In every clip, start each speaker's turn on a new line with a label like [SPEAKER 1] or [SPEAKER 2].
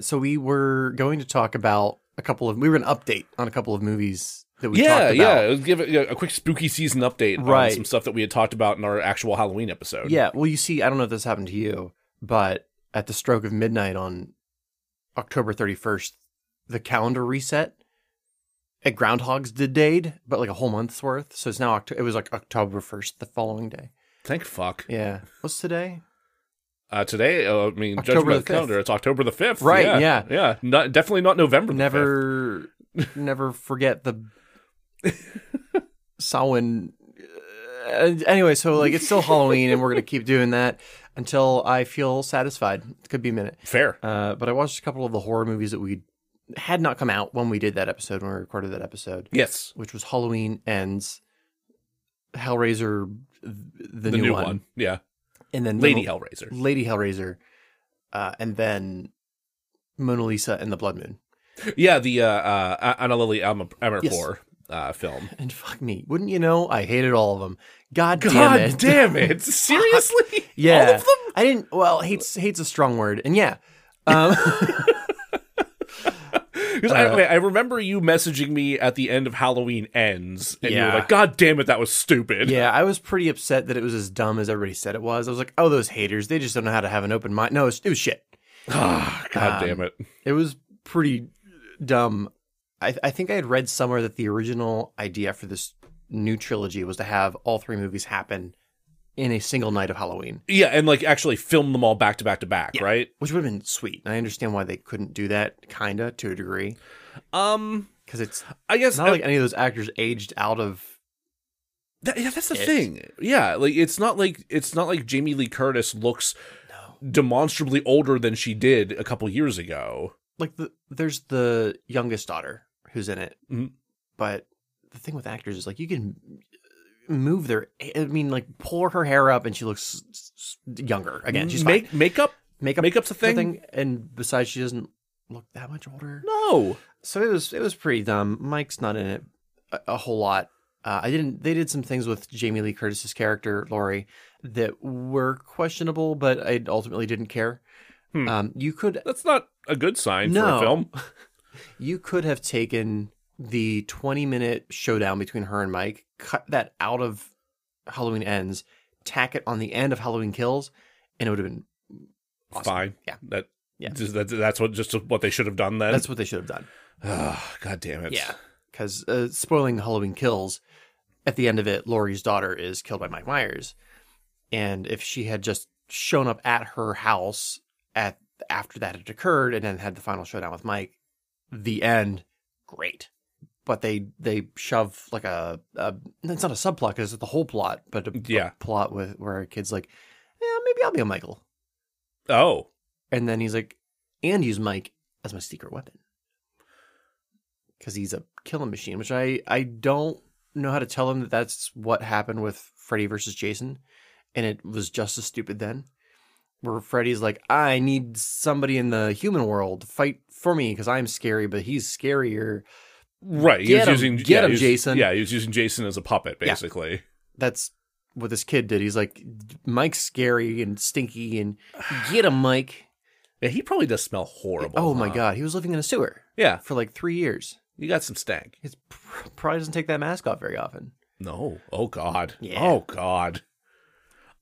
[SPEAKER 1] So we were going to talk about a couple of we were an update on a couple of movies that we
[SPEAKER 2] yeah,
[SPEAKER 1] talked
[SPEAKER 2] yeah.
[SPEAKER 1] about.
[SPEAKER 2] It was give it a quick spooky season update on
[SPEAKER 1] Right.
[SPEAKER 2] some stuff that we had talked about in our actual Halloween episode.
[SPEAKER 1] Yeah, well you see, I don't know if this happened to you, but at the stroke of midnight on October 31st, the calendar reset at Groundhog's did date, but like a whole month's worth. So it's now October it was like October 1st the following day.
[SPEAKER 2] Thank fuck.
[SPEAKER 1] Yeah. What's today?
[SPEAKER 2] Uh, today, uh, I mean,
[SPEAKER 1] October
[SPEAKER 2] judgment
[SPEAKER 1] the
[SPEAKER 2] of the calendar.
[SPEAKER 1] fifth.
[SPEAKER 2] It's October the fifth.
[SPEAKER 1] Right,
[SPEAKER 2] Yeah.
[SPEAKER 1] yeah.
[SPEAKER 2] yeah. Not, definitely not November. The fifth.
[SPEAKER 1] never never forget the Samhain. Uh, anyway, so like it's still Halloween, and we're gonna keep doing that until I feel satisfied. It could be a minute.
[SPEAKER 2] Fair.
[SPEAKER 1] Uh, but I watched a couple of the horror movies that we had not come out when we did that episode when we recorded that episode,
[SPEAKER 2] Yes.
[SPEAKER 1] which was Halloween ends, Hellraiser, th- the,
[SPEAKER 2] The,
[SPEAKER 1] new, one.
[SPEAKER 2] Yeah.
[SPEAKER 1] and then
[SPEAKER 2] Lady
[SPEAKER 1] Mon-
[SPEAKER 2] Hellraiser.
[SPEAKER 1] Lady Hellraiser, uh, and then Mona Lisa and the Blood Moon.
[SPEAKER 2] Yeah. The uh, uh, Anna Lily Am- Amerpour
[SPEAKER 1] Yes.
[SPEAKER 2] uh, film.
[SPEAKER 1] And fuck me, wouldn't you know? I hated all of them. God, damn
[SPEAKER 2] God
[SPEAKER 1] it!
[SPEAKER 2] damn it! Seriously?
[SPEAKER 1] yeah,
[SPEAKER 2] All of them?
[SPEAKER 1] I didn't. Well, hates hates a strong word, and yeah, um,
[SPEAKER 2] 'Cause I,
[SPEAKER 1] Uh,
[SPEAKER 2] wait, I remember you messaging me at the end of Halloween Ends, and you were
[SPEAKER 1] Yeah.
[SPEAKER 2] like, "God damn it, that was stupid."
[SPEAKER 1] yeah. I was pretty upset that it was as dumb as everybody said it was. I was like, oh, those haters, they just don't know how to have an open mind. No, it was, it was shit.
[SPEAKER 2] Ah, God
[SPEAKER 1] Um,
[SPEAKER 2] damn it.
[SPEAKER 1] It was pretty dumb. I, I think I had read somewhere that the original idea for this new trilogy was to have all three movies happen in a single night of Halloween.
[SPEAKER 2] Yeah, and like actually film them all back to back to back, right?
[SPEAKER 1] Which would have been sweet. And I understand why they couldn't do that, kinda, to a degree.
[SPEAKER 2] Um,
[SPEAKER 1] Because it's
[SPEAKER 2] I guess
[SPEAKER 1] It's not like any of those actors aged out of.
[SPEAKER 2] that, yeah, that's the
[SPEAKER 1] it.
[SPEAKER 2] thing. Yeah, like it's not like it's not like Jamie Lee Curtis looks demonstrably older than she did a couple years ago.
[SPEAKER 1] Like the, there's the youngest daughter who's in it,
[SPEAKER 2] Mhm.
[SPEAKER 1] but the thing with actors is like you can move their. I mean, like pull her hair up and she looks s- s- younger again. She's
[SPEAKER 2] Make makeup?
[SPEAKER 1] fine. makeup
[SPEAKER 2] makeup's a
[SPEAKER 1] her
[SPEAKER 2] thing?
[SPEAKER 1] and besides, she doesn't look that much older.
[SPEAKER 2] No.
[SPEAKER 1] So it was it was pretty dumb. Mike's not in it a, a whole lot. Uh, I didn't. They did some things with Jamie Lee Curtis's character Laurie that were questionable, but I ultimately didn't care.
[SPEAKER 2] Hmm.
[SPEAKER 1] Um, you could
[SPEAKER 2] That's not a good sign for
[SPEAKER 1] No.
[SPEAKER 2] a film.
[SPEAKER 1] you could have taken the 20 minute showdown between her and Mike, cut that out of Halloween Ends, tack it on the end of Halloween Kills, and it would have been awesome.
[SPEAKER 2] Fine.
[SPEAKER 1] Yeah.
[SPEAKER 2] That
[SPEAKER 1] Yeah.
[SPEAKER 2] just- that- that's what just what they should have done then.
[SPEAKER 1] That's what they should have done.
[SPEAKER 2] Ah, God damn it.
[SPEAKER 1] Yeah. Because uh, spoiling Halloween Kills, at the end of it, Laurie's daughter is killed by Mike Myers. And if she had just shown up at her house at after that had occurred and then had the final showdown with Mike, the end, great. But they they shove like a, a it's not a subplot because it's the whole plot, but a, a
[SPEAKER 2] Yeah.
[SPEAKER 1] plot with where a kid's like, yeah, maybe I'll be a Michael,
[SPEAKER 2] Oh.
[SPEAKER 1] and then he's like, and use Mike as my secret weapon. Because he's a killing machine, which I, I don't know how to tell him that that's what happened with Freddy versus Jason. And it was just as stupid then. Where Freddy's like, I need somebody in the human world to fight for me because I'm scary, but he's scarier.
[SPEAKER 2] Right. He
[SPEAKER 1] Get
[SPEAKER 2] was
[SPEAKER 1] him.
[SPEAKER 2] using
[SPEAKER 1] Get
[SPEAKER 2] yeah,
[SPEAKER 1] him,
[SPEAKER 2] he was-
[SPEAKER 1] Jason.
[SPEAKER 2] Yeah, he was using Jason as a puppet,
[SPEAKER 1] Yeah.
[SPEAKER 2] basically.
[SPEAKER 1] That's what this kid did. He's like, Mike's scary and stinky, and get him, Mike.
[SPEAKER 2] Yeah, he probably does smell horrible.
[SPEAKER 1] Oh my
[SPEAKER 2] huh?
[SPEAKER 1] God. He was living in a sewer
[SPEAKER 2] Yeah,
[SPEAKER 1] for like three years.
[SPEAKER 2] you got some stank.
[SPEAKER 1] He pr- probably doesn't take that mask off very often.
[SPEAKER 2] No. Oh God.
[SPEAKER 1] Yeah.
[SPEAKER 2] Oh God.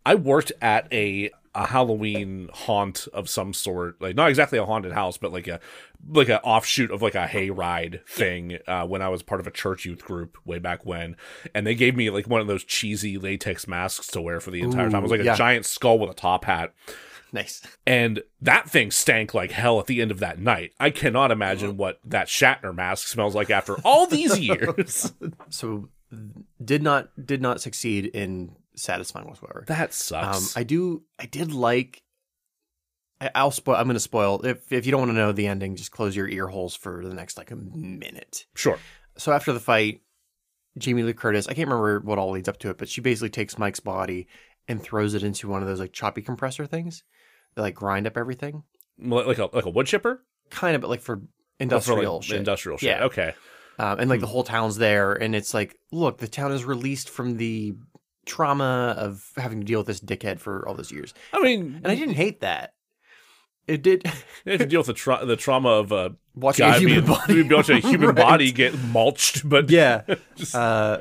[SPEAKER 2] I worked at a a Halloween haunt of some sort, like not exactly a haunted house, but like a like an offshoot of like a hayride thing. Uh, when I was part of a church youth group way back when, and they gave me like one of those cheesy latex masks to wear for the entire time. It was
[SPEAKER 1] Ooh,
[SPEAKER 2] like a
[SPEAKER 1] yeah.
[SPEAKER 2] giant skull with a top hat.
[SPEAKER 1] Nice.
[SPEAKER 2] And that thing stank like hell at the end of that night. I cannot imagine what that Shatner mask smells like after all these years.
[SPEAKER 1] So did not did not succeed in satisfying whatsoever.
[SPEAKER 2] that
[SPEAKER 1] Um,
[SPEAKER 2] sucks.
[SPEAKER 1] I do I did like I, I'll spoil I'm gonna spoil if if you don't want to know the ending, just close your ear holes for the next like a minute.
[SPEAKER 2] sure.
[SPEAKER 1] So after the fight, Jamie Lee Curtis, I can't remember what all leads up to it, but she basically takes Mike's body and throws it into one of those like choppy compressor things that like grind up everything.
[SPEAKER 2] Like like a like a wood chipper?
[SPEAKER 1] Kind of, but like for
[SPEAKER 2] Or for, like,
[SPEAKER 1] industrial shit.
[SPEAKER 2] Industrial shit.
[SPEAKER 1] Yeah.
[SPEAKER 2] Okay.
[SPEAKER 1] um, and like
[SPEAKER 2] Hmm.
[SPEAKER 1] the whole town's there, and it's like, look, the town is released from the trauma of having to deal with this dickhead for all those years.
[SPEAKER 2] I mean,
[SPEAKER 1] And I didn't hate that. It did
[SPEAKER 2] you have to deal with the tra- the trauma of a
[SPEAKER 1] watching
[SPEAKER 2] guy
[SPEAKER 1] a human
[SPEAKER 2] being,
[SPEAKER 1] body.
[SPEAKER 2] being watching a human
[SPEAKER 1] Right.
[SPEAKER 2] body get mulched, but
[SPEAKER 1] Yeah.
[SPEAKER 2] just-
[SPEAKER 1] Uh,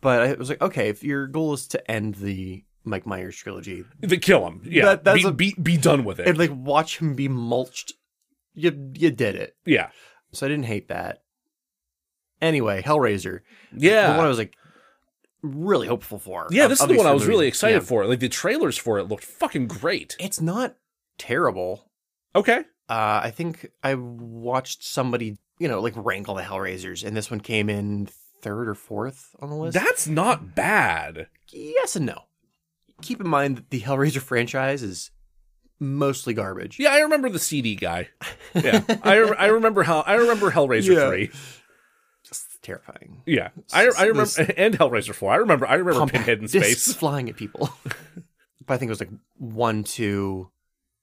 [SPEAKER 1] but I was like, okay, if your goal is to end the Mike Myers trilogy
[SPEAKER 2] they kill him. Yeah,
[SPEAKER 1] That- that's
[SPEAKER 2] be,
[SPEAKER 1] a-
[SPEAKER 2] be be done with it.
[SPEAKER 1] and like watch him be mulched, you you did it.
[SPEAKER 2] yeah,
[SPEAKER 1] So I didn't hate that. Anyway, Hellraiser,
[SPEAKER 2] yeah.
[SPEAKER 1] the one I was like really hopeful for.
[SPEAKER 2] Yeah, this is the
[SPEAKER 1] Obviously
[SPEAKER 2] one I was
[SPEAKER 1] movie-
[SPEAKER 2] really excited
[SPEAKER 1] yeah.
[SPEAKER 2] for. Like the trailers for it looked fucking great.
[SPEAKER 1] It's not terrible.
[SPEAKER 2] Okay.
[SPEAKER 1] Uh, I think I watched somebody, you know, like rank all the Hellraisers, and this one came in third or fourth on the list.
[SPEAKER 2] That's not bad.
[SPEAKER 1] yes and no. Keep in mind that the Hellraiser franchise is mostly garbage.
[SPEAKER 2] Yeah, I remember the CD guy. Yeah. I re- I remember how I remember Hellraiser
[SPEAKER 1] Yeah.
[SPEAKER 2] 3.
[SPEAKER 1] It's terrifying.
[SPEAKER 2] Yeah. I I remember
[SPEAKER 1] This-
[SPEAKER 2] and Hellraiser 4. I remember I remember
[SPEAKER 1] Compact
[SPEAKER 2] Pinhead in
[SPEAKER 1] discs
[SPEAKER 2] Space.
[SPEAKER 1] flying at people. but I think it was like one, two.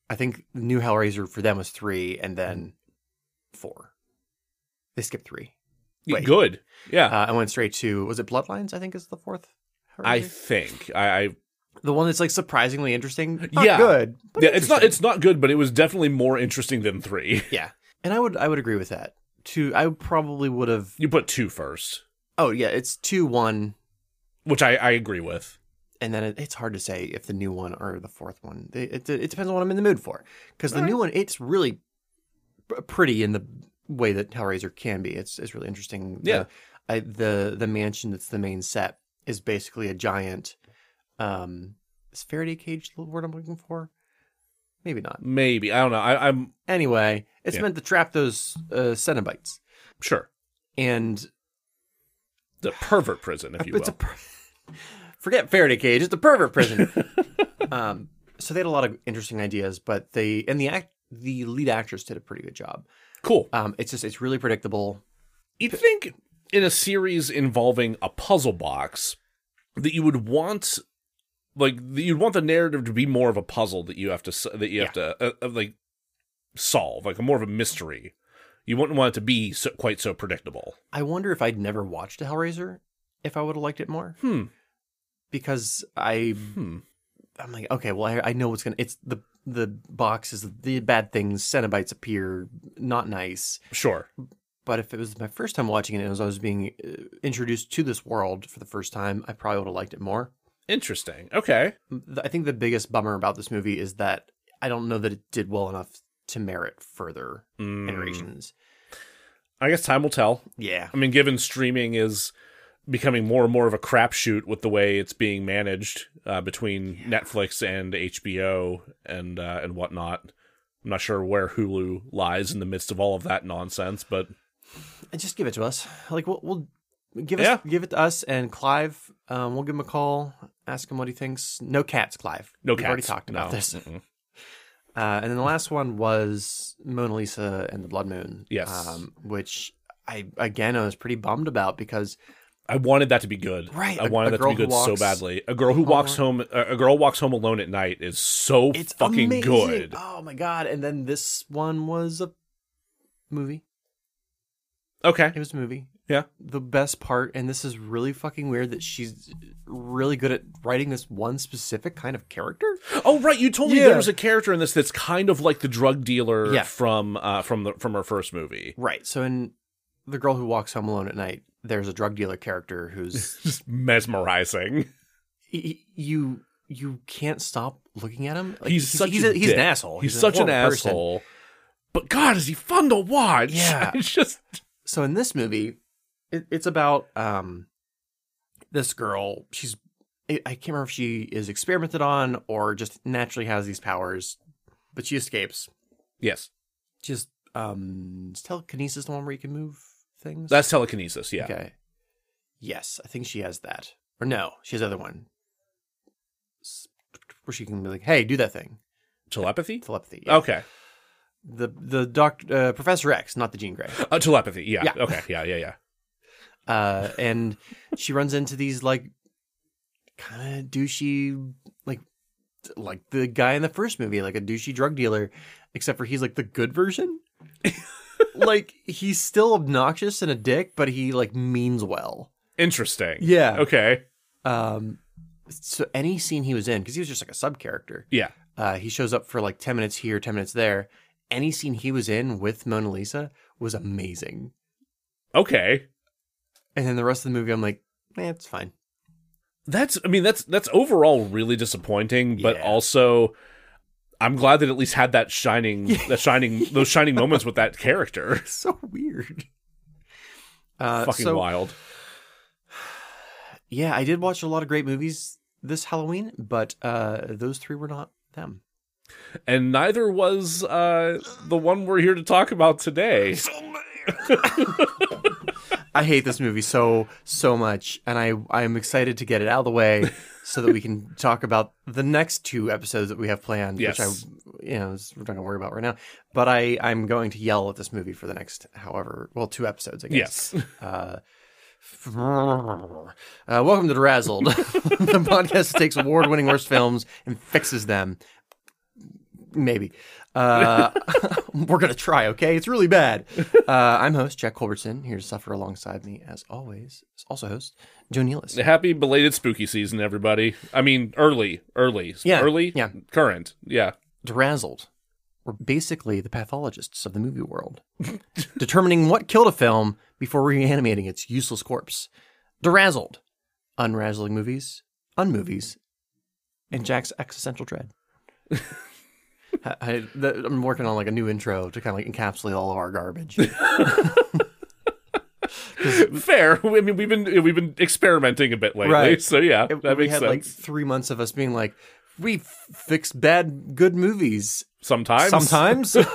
[SPEAKER 1] I think new Hellraiser for them was three, and then four. They skipped three. Wait.
[SPEAKER 2] Good. Yeah.
[SPEAKER 1] Uh, I went straight to was it Bloodlines? I think is the fourth.
[SPEAKER 2] I
[SPEAKER 1] Hellraiser?
[SPEAKER 2] think I, I
[SPEAKER 1] the one that's like surprisingly interesting. Not
[SPEAKER 2] Yeah.
[SPEAKER 1] good. but
[SPEAKER 2] yeah, it's not
[SPEAKER 1] interesting.
[SPEAKER 2] it's not good, but it was definitely more interesting than three.
[SPEAKER 1] and I would I would agree with that. Two, I probably would have.
[SPEAKER 2] You put two first,
[SPEAKER 1] Oh yeah, it's two one,
[SPEAKER 2] which I, I agree with.
[SPEAKER 1] and then it, it's hard to say if the new one or the fourth one. It, it, it depends on what I'm in the mood for. Because the
[SPEAKER 2] Alright.
[SPEAKER 1] new one, it's really p- pretty in the way that Hellraiser can be. It's it's really interesting. The-
[SPEAKER 2] Yeah.
[SPEAKER 1] I, the the mansion that's the main set is basically a giant. Um, is Faraday cage the word I'm looking for? Maybe not.
[SPEAKER 2] Maybe I don't know. I, I'm
[SPEAKER 1] Anyway, it's
[SPEAKER 2] Yeah.
[SPEAKER 1] meant to trap those uh, Cenobites,
[SPEAKER 2] sure
[SPEAKER 1] and
[SPEAKER 2] the pervert prison, if you will.
[SPEAKER 1] Uh, it's a per- forget Faraday cage. It's a pervert prison. um, so they had a lot of interesting ideas, but they and the act the lead actress did a pretty good job.
[SPEAKER 2] cool.
[SPEAKER 1] Um, it's just it's really predictable.
[SPEAKER 2] You'd think in a series involving a puzzle box that you would want like that you'd want the narrative to be more of a puzzle that you have to s- that you have to uh, uh, like solve, like more of a mystery. You wouldn't want it to be so, quite so predictable.
[SPEAKER 1] I wonder if I'd never watched a Hellraiser, if I would have liked it more
[SPEAKER 2] Hmm.
[SPEAKER 1] because I
[SPEAKER 2] Hmm.
[SPEAKER 1] I'm like okay, well I, I know what's gonna it's the the box is the bad things Cenobites appear not nice.
[SPEAKER 2] Sure.
[SPEAKER 1] But if it was my first time watching it, and as I was being uh, introduced to this world for the first time, I probably would have liked it more.
[SPEAKER 2] Interesting. Okay.
[SPEAKER 1] th- I think the biggest bummer about this movie is that I don't know that it did well enough to merit further
[SPEAKER 2] Mm.
[SPEAKER 1] iterations.
[SPEAKER 2] I guess time will tell.
[SPEAKER 1] Yeah.
[SPEAKER 2] I mean, given streaming is becoming more and more of a crapshoot with the way it's being managed uh, between Netflix and HBO and uh, and whatnot. I'm not sure where Hulu lies in the midst of all of that nonsense, but
[SPEAKER 1] Just give it to us. Like we'll, we'll give us
[SPEAKER 2] Yeah.
[SPEAKER 1] give it to us and Clive. Um, we'll give him a call, ask him what he thinks. No cats, Clive.
[SPEAKER 2] no
[SPEAKER 1] We've
[SPEAKER 2] cats.
[SPEAKER 1] already talked about
[SPEAKER 2] No.
[SPEAKER 1] this. Mm-hmm.
[SPEAKER 2] Mm-mm.
[SPEAKER 1] Uh, and then the last one was Mona Lisa and the Blood Moon. um,
[SPEAKER 2] Yes.
[SPEAKER 1] which I again I was pretty bummed about because
[SPEAKER 2] I wanted that to be good.
[SPEAKER 1] Right,
[SPEAKER 2] I
[SPEAKER 1] a-
[SPEAKER 2] wanted
[SPEAKER 1] a
[SPEAKER 2] that to be
[SPEAKER 1] girl who
[SPEAKER 2] good so
[SPEAKER 1] walks-
[SPEAKER 2] badly. A girl who walks home, uh, a girl walks home alone at night is so
[SPEAKER 1] it's
[SPEAKER 2] fucking
[SPEAKER 1] amazing.
[SPEAKER 2] good.
[SPEAKER 1] Oh my god! And then this one was a movie.
[SPEAKER 2] Okay,
[SPEAKER 1] It was a movie.
[SPEAKER 2] Yeah.
[SPEAKER 1] The best part, and this is really fucking weird that she's really good at writing this one specific kind of character.
[SPEAKER 2] Oh right, you told me
[SPEAKER 1] Yeah.
[SPEAKER 2] there was a character in this that's kind of like the drug dealer
[SPEAKER 1] Yeah.
[SPEAKER 2] from uh, from the from her first movie.
[SPEAKER 1] Right. So in The Girl Who Walks Home Alone at Night, there's a drug dealer character who's
[SPEAKER 2] Just mesmerizing.
[SPEAKER 1] y- y- you you can't stop looking at him. Like,
[SPEAKER 2] he's, such
[SPEAKER 1] he's,
[SPEAKER 2] a
[SPEAKER 1] a- Oh, he's an
[SPEAKER 2] dick.
[SPEAKER 1] asshole.
[SPEAKER 2] He's,
[SPEAKER 1] a
[SPEAKER 2] such an
[SPEAKER 1] horrible person.
[SPEAKER 2] asshole. But God, is he fun to watch?
[SPEAKER 1] Yeah.
[SPEAKER 2] it's just
[SPEAKER 1] so in this movie it, it's about um this girl she's i I can't remember if she is experimented on or just naturally has these powers but she escapes
[SPEAKER 2] yes.
[SPEAKER 1] just um is telekinesis the one where you can move things
[SPEAKER 2] That's telekinesis. Yeah,
[SPEAKER 1] okay yes i think she has that or no she has the other one S- where she can be like hey do that thing
[SPEAKER 2] telepathy.
[SPEAKER 1] telepathy yeah.
[SPEAKER 2] Okay,
[SPEAKER 1] the the doctor uh, professor x not the gene gray
[SPEAKER 2] uh, telepathy. Yeah.
[SPEAKER 1] Yeah.
[SPEAKER 2] Okay. Yeah. Yeah. Yeah.
[SPEAKER 1] uh, and she runs into these like kind of douchey like like the guy in the first movie, like a douchey drug dealer, except for he's like the good version. like he's still obnoxious and a dick, but he like means well.
[SPEAKER 2] Interesting.
[SPEAKER 1] Yeah.
[SPEAKER 2] Okay.
[SPEAKER 1] Um so any scene he was in because he was just like a sub character.
[SPEAKER 2] Yeah.
[SPEAKER 1] Uh, he shows up for like 10 minutes here, 10 minutes there. Any scene he was in with Mona Lisa was amazing.
[SPEAKER 2] Okay.
[SPEAKER 1] And then the rest of the movie, I'm like, eh, it's fine.
[SPEAKER 2] That's I mean that's that's overall really disappointing, but
[SPEAKER 1] Yeah.
[SPEAKER 2] also I'm glad that at least had that shining
[SPEAKER 1] Yeah.
[SPEAKER 2] that shining those shining moments with that character.
[SPEAKER 1] It's so weird. Uh,
[SPEAKER 2] Fucking
[SPEAKER 1] so,
[SPEAKER 2] wild.
[SPEAKER 1] Yeah, I did watch a lot of great movies this Halloween, but uh, those three were not them.
[SPEAKER 2] And neither was uh the one we're here to talk about today.
[SPEAKER 1] I hate this movie so so much, and I I'm excited to get it out of the way so that we can talk about the next two episodes that we have planned, which
[SPEAKER 2] Yes.
[SPEAKER 1] I you know is- we're not gonna worry about right now. But I I'm going to yell at this movie for the next however well two episodes I guess.
[SPEAKER 2] Yes.
[SPEAKER 1] Uh, uh, welcome to Derazzled, the podcast that takes award-winning worst films and fixes them. Maybe. Uh, we're going to try, okay? It's really bad. Uh, I'm host Jack Culbertson, here to suffer alongside me, as always. is Also host, Joe Nealis.
[SPEAKER 2] Happy belated spooky season, everybody. I mean early, early.
[SPEAKER 1] Yeah,
[SPEAKER 2] Early.
[SPEAKER 1] yeah.
[SPEAKER 2] Current. Yeah.
[SPEAKER 1] Derazzled. We're basically the pathologists of the movie world, determining what killed a film before reanimating its useless corpse. Derazzled. Unrazzling movies, unmovies, and Jack's existential dread. I, I- the- I'm working on like a new intro to kind of like encapsulate all of our garbage.
[SPEAKER 2] Fair. I mean we've been we've been experimenting a bit lately.
[SPEAKER 1] Right.
[SPEAKER 2] So yeah,
[SPEAKER 1] It-
[SPEAKER 2] that
[SPEAKER 1] we
[SPEAKER 2] makes
[SPEAKER 1] had
[SPEAKER 2] sense.
[SPEAKER 1] like three months of us being like, we f- fixed bad, good movies,
[SPEAKER 2] Sometimes
[SPEAKER 1] sometimes. and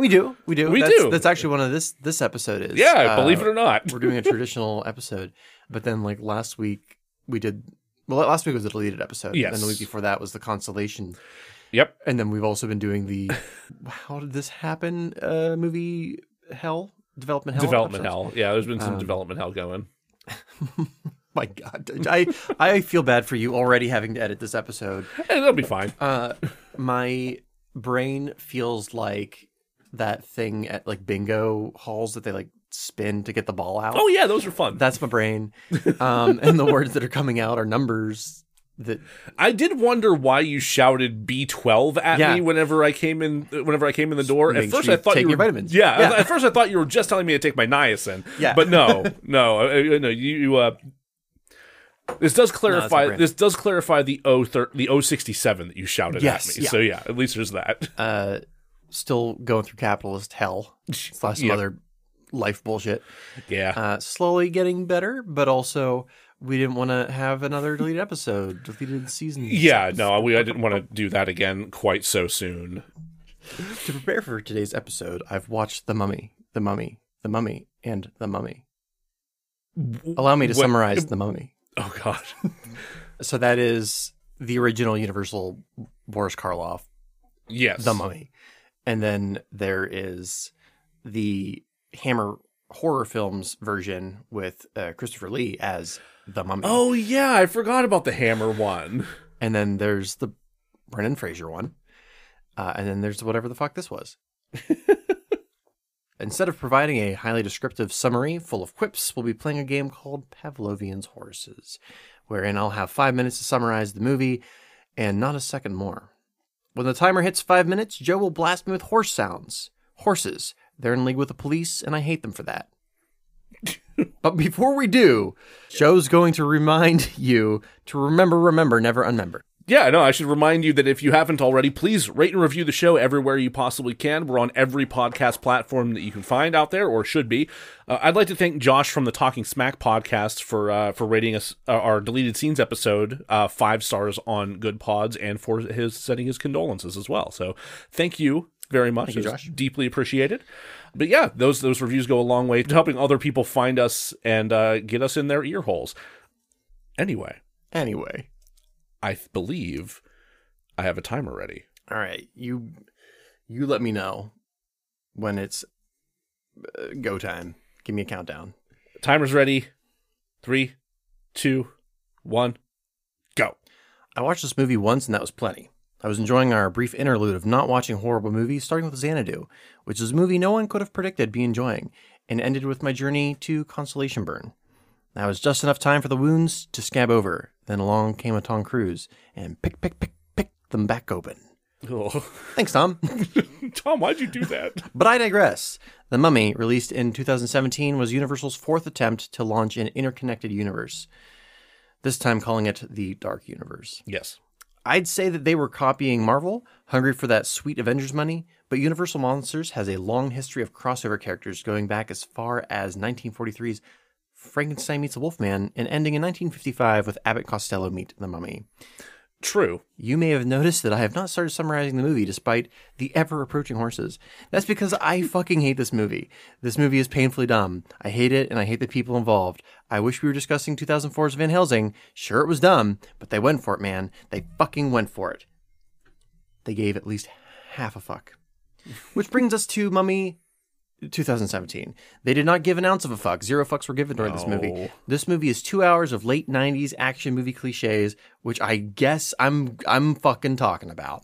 [SPEAKER 1] we do, we do.
[SPEAKER 2] We
[SPEAKER 1] that's,
[SPEAKER 2] do.
[SPEAKER 1] That's actually one of this this episode is.
[SPEAKER 2] Yeah, believe it or not.
[SPEAKER 1] uh, we're doing a traditional episode, but then like last week we did. Well, last week was a deleted episode. And then
[SPEAKER 2] Yes.
[SPEAKER 1] the week before that was the constellation,
[SPEAKER 2] Yep.
[SPEAKER 1] and then we've also been doing the how did this happen? Uh, movie hell development hell
[SPEAKER 2] development
[SPEAKER 1] episodes.
[SPEAKER 2] hell. Yeah, there's been
[SPEAKER 1] Um,
[SPEAKER 2] some development hell going.
[SPEAKER 1] My God, I I feel bad for you already having to edit this episode.
[SPEAKER 2] And it'll be fine.
[SPEAKER 1] Uh, my brain feels like that thing at like bingo halls that they like spin to get the ball out.
[SPEAKER 2] oh yeah, those are fun.
[SPEAKER 1] That's my brain. Um, and the words that are coming out are numbers that
[SPEAKER 2] I did wonder why you shouted B12 at
[SPEAKER 1] Yeah.
[SPEAKER 2] me whenever I came in. Whenever I came in the door, at
[SPEAKER 1] Making
[SPEAKER 2] first
[SPEAKER 1] sure
[SPEAKER 2] I
[SPEAKER 1] you
[SPEAKER 2] thought
[SPEAKER 1] take
[SPEAKER 2] you were
[SPEAKER 1] your vitamins.
[SPEAKER 2] Yeah,
[SPEAKER 1] Yeah.
[SPEAKER 2] at first I thought you were just telling me to take my niacin.
[SPEAKER 1] Yeah.
[SPEAKER 2] but no, no, uh, uh, no. You, you uh, this does clarify.
[SPEAKER 1] brand.
[SPEAKER 2] this does clarify the O thir- the O sixty seven that you shouted
[SPEAKER 1] Yes,
[SPEAKER 2] at me.
[SPEAKER 1] yeah.
[SPEAKER 2] So yeah, at least there's that.
[SPEAKER 1] uh, still going through capitalist hell slash some
[SPEAKER 2] Yeah.
[SPEAKER 1] other life bullshit.
[SPEAKER 2] Yeah,
[SPEAKER 1] Uh, slowly getting better, but also we didn't want to have another deleted episode, deleted season.
[SPEAKER 2] yeah. No, we I didn't want to do that again quite so soon.
[SPEAKER 1] To prepare for today's episode, I've watched The Mummy, The Mummy, The Mummy, and The Mummy. Allow me to
[SPEAKER 2] What-
[SPEAKER 1] summarize The Mummy.
[SPEAKER 2] Oh god.
[SPEAKER 1] So that is the original Universal Boris Karloff
[SPEAKER 2] yes.
[SPEAKER 1] The Mummy. And then there is the Hammer horror films version with uh, Christopher Lee as The Mummy.
[SPEAKER 2] Oh yeah, I forgot about the hammer one.
[SPEAKER 1] And then there's the Brendan Fraser one. Uh, and then there's whatever the fuck this was. Instead of providing a highly descriptive summary full of quips, we'll be playing a game called Pavlovian's Horses, wherein I'll have five minutes to summarize the movie and not a second more. When the timer hits five minutes, Joe will blast me with horse sounds. Horses. They're in league with the police, and I hate them for that. But before we do, Joe's going to remind you to remember, remember, never unmember.
[SPEAKER 2] Yeah, no, I should remind you that if you haven't already, please rate and review the show everywhere you possibly can. We're on every podcast platform that you can find out there, or should be. Uh, I'd like to thank Josh from the Talking Smack podcast for uh, for rating us uh, our deleted scenes episode uh, five stars on Good Pods, and for his sending his condolences as well. So, thank you very much.
[SPEAKER 1] you,
[SPEAKER 2] It's
[SPEAKER 1] Josh.
[SPEAKER 2] Deeply appreciated. But yeah, those those reviews go a long way to helping other people find us and uh, get us in their ear holes. Anyway.
[SPEAKER 1] Anyway.
[SPEAKER 2] I th- believe I have a timer ready.
[SPEAKER 1] All right, you you let me know when it's uh, go time. Give me a countdown.
[SPEAKER 2] Timer's ready. Three, two, one, go.
[SPEAKER 1] I watched this movie once and that was plenty. I was enjoying our brief interlude of not watching horrible movies, starting with Xanadu, which is a movie no one could have predicted be enjoying, and ended with my journey to Constellation Burn. That was just enough time for the wounds to scab over. Then along came a Tom Cruise and pick, pick, pick, pick them back open.
[SPEAKER 2] Oh.
[SPEAKER 1] Thanks, Tom.
[SPEAKER 2] Tom, why'd you do that?
[SPEAKER 1] But I digress. The Mummy, released in 2017, was Universal's fourth attempt to launch an interconnected universe, this time calling it the Dark Universe.
[SPEAKER 2] yes.
[SPEAKER 1] I'd say that they were copying Marvel, hungry for that sweet Avengers money, but Universal Monsters has a long history of crossover characters going back as far as 1943's Frankenstein Meets the Wolfman and ending in 1955 with Abbott Costello Meet the Mummy.
[SPEAKER 2] True.
[SPEAKER 1] You may have noticed that I have not started summarizing the movie despite the ever approaching horses. That's because I fucking hate this movie. This movie is painfully dumb. I hate it and I hate the people involved. I wish we were discussing 2004's Van Helsing. Sure, it was dumb, but they went for it, man. They fucking went for it. They gave at least half a fuck. Which brings us to Mummy 2017. They did not give an ounce of a fuck. Zero fucks were given during this movie.
[SPEAKER 2] No.
[SPEAKER 1] This movie is two hours of late '90s action movie cliches, which I guess I'm I'm fucking talking about.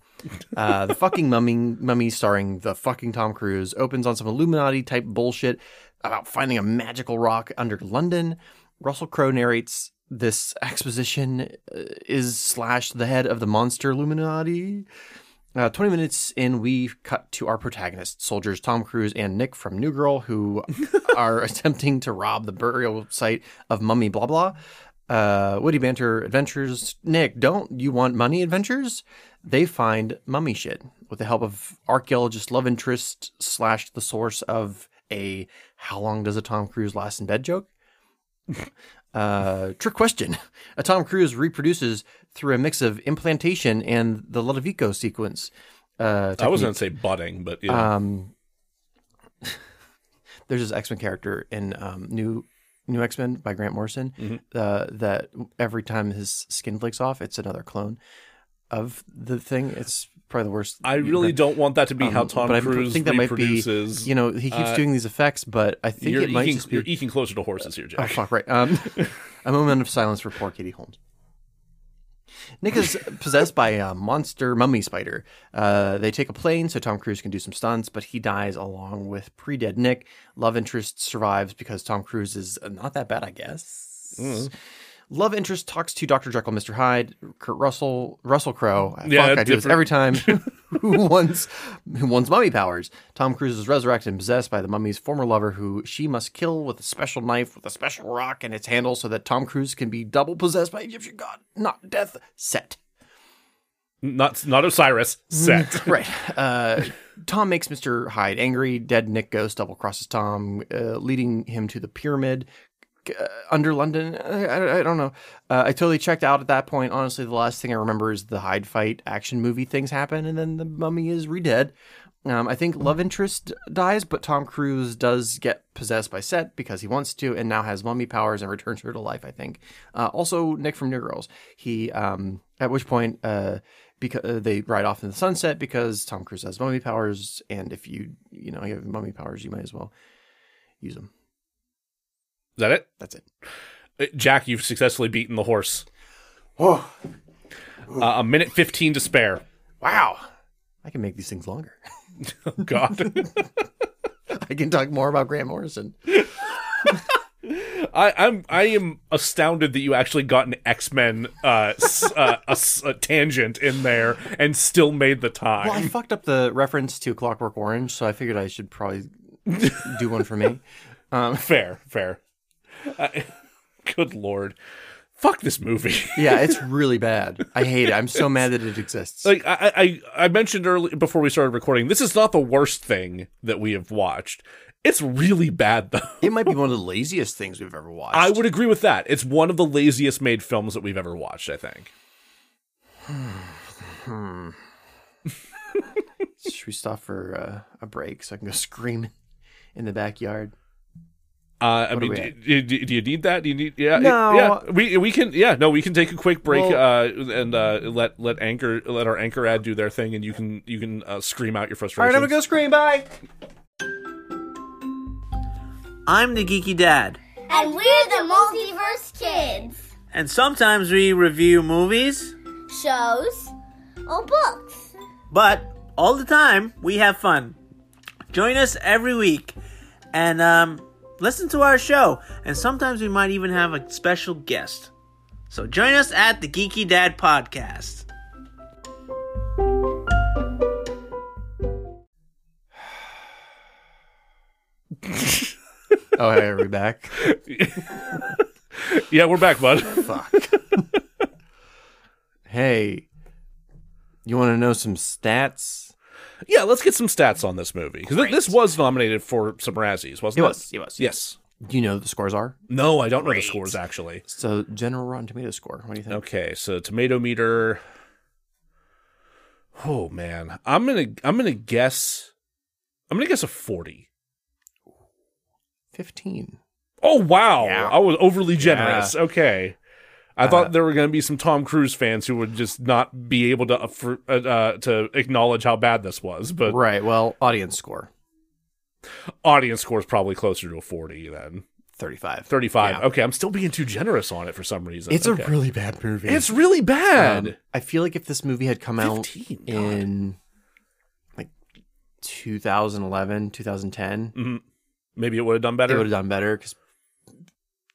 [SPEAKER 1] Uh, the fucking mummy, mummy starring the fucking Tom Cruise opens on some Illuminati type bullshit about finding a magical rock under London. Russell Crowe narrates this exposition uh, is slash the head of the monster Illuminati. Uh, 20 minutes in, we cut to our protagonists, soldiers Tom Cruise and Nick from New Girl, who are attempting to rob the burial site of Mummy Blah Blah. Uh, witty banter adventures. Nick, don't you want money adventures? They find mummy shit with the help of archaeologist love interest slash the source of a how long does a Tom Cruise last in bed joke? Uh, trick question. A Tom Cruise reproduces through a mix of implantation and the Ludovico sequence. Uh,
[SPEAKER 2] I was going to say budding, but yeah.
[SPEAKER 1] um, there's this X Men character in um, new new X Men by Grant Morrison
[SPEAKER 2] Mm-hmm.
[SPEAKER 1] uh, that every time his skin flakes off, it's another clone of the thing. It's probably the worst.
[SPEAKER 2] I really don't want that to be how
[SPEAKER 1] Um,
[SPEAKER 2] Tom
[SPEAKER 1] but I
[SPEAKER 2] Cruise
[SPEAKER 1] think that might be,
[SPEAKER 2] reproduces. uh,
[SPEAKER 1] You know, he keeps doing these effects, but I think
[SPEAKER 2] you're,
[SPEAKER 1] it might
[SPEAKER 2] eking,
[SPEAKER 1] just be
[SPEAKER 2] you're eking closer to horses here, Jack.
[SPEAKER 1] Oh, fuck, right. Um, a moment of silence for poor Katie Holmes. Nick is possessed by a monster mummy spider. Uh, they take a plane so Tom Cruise can do some stunts, but he dies along with pre dead Nick. Love interest survives because Tom Cruise is not that bad, I guess. Love interest talks to Dr. Jekyll, Mr. Hyde, Kurt Russell, Russell Crowe.
[SPEAKER 2] Yeah,
[SPEAKER 1] Fuck, I do this
[SPEAKER 2] different-
[SPEAKER 1] every time. who wants who wants mummy powers? Tom Cruise is resurrected and possessed by the mummy's former lover, who she must kill with a special knife with a special rock in its handle, so that Tom Cruise can be double possessed by Egyptian god, not death. Set.
[SPEAKER 2] Not not Osiris.
[SPEAKER 1] Mm.
[SPEAKER 2] Set.
[SPEAKER 1] Right. Uh, Tom makes Mr. Hyde angry. Dead Nick Ghost double crosses Tom, uh, leading him to the pyramid uh, under London. I, I, I don't know. Uh, I totally checked out at that point. Honestly, the last thing I remember is the Hyde fight action movie things happen, and then the mummy is re-dead. Um, I think love interest dies, but Tom Cruise does get possessed by Set because he wants to, and now has mummy powers and returns her to life. I think. Uh, also, Nick from New Girls. He um, at which point uh, because uh, they ride off in the sunset because Tom Cruise has mummy powers, and if you you know you have mummy powers, you might as well use them.
[SPEAKER 2] Is that it?
[SPEAKER 1] That's it.
[SPEAKER 2] Uh, Jack, you've successfully beaten the horse. Uh, a minute 15 to spare.
[SPEAKER 1] Wow. I can make these things longer.
[SPEAKER 2] Oh, God.
[SPEAKER 1] I can talk more about Grant Morrison.
[SPEAKER 2] I, I'm I am astounded that you actually got an X Men uh, s- uh, a s- a tangent in there and still made the time.
[SPEAKER 1] Well, I fucked up the reference to Clockwork Orange, so I figured I should probably do one for me.
[SPEAKER 2] Fair, fair. I- good lord, fuck this movie.
[SPEAKER 1] Yeah, it's really bad. I hate it. I'm so mad that it exists.
[SPEAKER 2] like I, I I mentioned earlier before we started recording, this is not the worst thing that we have watched. It's really bad though.
[SPEAKER 1] It might be one of the laziest things we've ever watched.
[SPEAKER 2] I would agree with that. It's one of the laziest made films that we've ever watched. I think.
[SPEAKER 1] Should we stop for uh, a break so I can go scream in the backyard?
[SPEAKER 2] Uh, I
[SPEAKER 1] are
[SPEAKER 2] mean,
[SPEAKER 1] we
[SPEAKER 2] do,
[SPEAKER 1] at?
[SPEAKER 2] do- do- do you need that? Do you need? Yeah,
[SPEAKER 1] No.
[SPEAKER 2] yeah. We we can. Yeah, no, we can take a quick break
[SPEAKER 1] Well-
[SPEAKER 2] uh, and uh, let let anchor let our anchor ad do their thing, and you can you can uh, scream out your
[SPEAKER 1] All right,
[SPEAKER 2] frustrations.
[SPEAKER 1] I'm gonna go scream. Bye.
[SPEAKER 3] I'm the geeky dad.
[SPEAKER 4] And we're the Multiverse
[SPEAKER 3] And sometimes we review movies,
[SPEAKER 4] shows, or books.
[SPEAKER 3] but all the time we have fun. Join us every week and um, listen to our show. And sometimes we might even have a special guest. So join us at the Geeky Dad Podcast.
[SPEAKER 1] Oh, hey, are we back?
[SPEAKER 2] Yeah, we're back, bud.
[SPEAKER 1] Fuck. hey, you want to know some stats?
[SPEAKER 2] yeah, let's get some stats on this movie because this was nominated for some Razzies, wasn't it?
[SPEAKER 1] It was.
[SPEAKER 2] Yes.
[SPEAKER 1] Do you know what the scores are?
[SPEAKER 2] No, I don't know the scores actually.
[SPEAKER 1] So, general Rotten Tomato score. What do you think?
[SPEAKER 2] Okay, so tomato meter. Oh man, I'm gonna I'm gonna guess. I'm gonna guess a forty.
[SPEAKER 1] 15.
[SPEAKER 2] Oh wow,
[SPEAKER 1] Yeah. Uh,
[SPEAKER 2] I was overly generous. Okay, I thought there were gonna be some Tom Cruise fans who would just not be able to affr- uh, uh, to acknowledge how bad this was, but
[SPEAKER 1] Right. Well, audience score
[SPEAKER 2] audience score is probably closer to a forty then
[SPEAKER 1] 35.
[SPEAKER 2] thirty five.
[SPEAKER 1] Yeah.
[SPEAKER 2] Okay, I'm still being too generous on it for some reason.
[SPEAKER 1] It's
[SPEAKER 2] Okay.
[SPEAKER 1] a really bad movie.
[SPEAKER 2] it's really bad.
[SPEAKER 1] Um, I feel like if this movie had come out
[SPEAKER 2] 15, God.
[SPEAKER 1] in like 2011, 2010,
[SPEAKER 2] Maybe it would have done better.
[SPEAKER 1] they would have done better because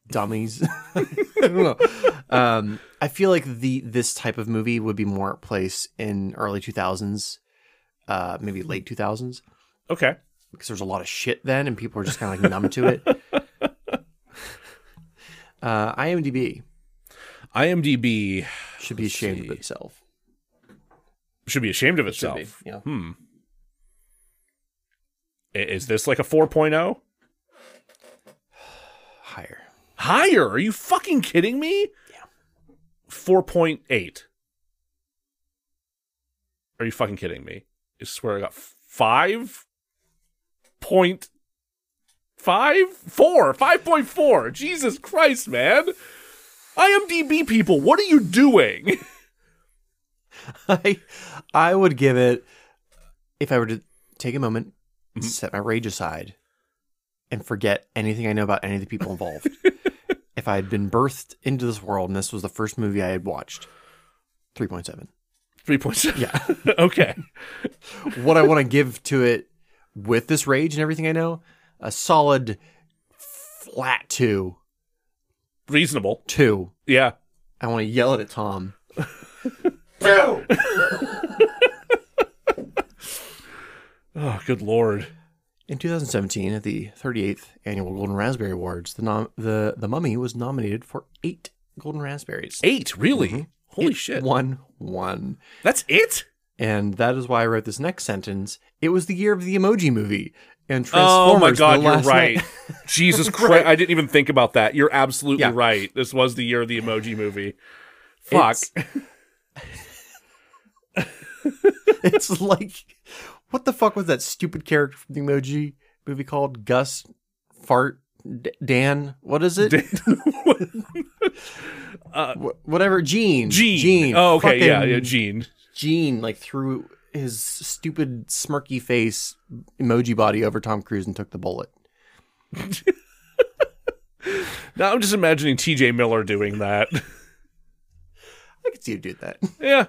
[SPEAKER 1] dummies. I don't know. Um, I feel like the this type of movie would be more at place in early 2000s, uh, maybe late 2000s,
[SPEAKER 2] okay.
[SPEAKER 1] because there's a lot of shit then, and people are just kind of like numb to it. Uh, IMDb
[SPEAKER 2] IMDb
[SPEAKER 1] should be ashamed
[SPEAKER 2] see.
[SPEAKER 1] of itself.
[SPEAKER 2] should be ashamed of
[SPEAKER 1] Should
[SPEAKER 2] itself.
[SPEAKER 1] be, yeah.
[SPEAKER 2] Hmm. I- Is this like a oh? 4.0?
[SPEAKER 1] Higher.
[SPEAKER 2] Higher? Are you fucking kidding me? Yeah. 4.8. Are you fucking kidding me? I swear I got 5 point five four five point four. Jesus Christ, man! IMDb people, what are you doing?
[SPEAKER 1] I I would give it if I were to take a moment, set my rage aside, and forget anything I know about any of the people involved. if I had been birthed into this world and this was the first movie I had watched, three point seven.
[SPEAKER 2] Three point seven. Yeah. okay.
[SPEAKER 1] What I want to give to it with this rage and everything I know, a solid flat two.
[SPEAKER 2] Reasonable.
[SPEAKER 1] Two.
[SPEAKER 2] Yeah.
[SPEAKER 1] I want to yell it at Tom.
[SPEAKER 2] Oh, good lord.
[SPEAKER 1] In 2017, at the 38th annual Golden Raspberry Awards, the nom- the the Mummy was nominated for eight Golden Raspberries.
[SPEAKER 2] Eight, really? Holy shit.
[SPEAKER 1] One, one.
[SPEAKER 2] That's it?
[SPEAKER 1] And that is why I wrote this next sentence. It was the year of the emoji movie and Transformers.
[SPEAKER 2] Oh my god,
[SPEAKER 1] the
[SPEAKER 2] you're
[SPEAKER 1] last
[SPEAKER 2] right.
[SPEAKER 1] night.
[SPEAKER 2] Jesus Christ. I didn't even think about that. You're absolutely
[SPEAKER 1] Yeah.
[SPEAKER 2] right. This was the year of the emoji movie. Fuck.
[SPEAKER 1] It's like, what the fuck was that stupid character from the emoji movie called? Gus Fart D- Dan? What is it? Uh, Wh- Whatever. Gene.
[SPEAKER 2] Gene.
[SPEAKER 1] Gene.
[SPEAKER 2] Oh, okay. yeah,
[SPEAKER 1] Fucking
[SPEAKER 2] yeah, Gene.
[SPEAKER 1] Gene, like, threw his stupid smirky face emoji body over Tom Cruise and took the bullet.
[SPEAKER 2] Now I'm just imagining TJ Miller doing that.
[SPEAKER 1] I could see you do that.
[SPEAKER 2] yeah.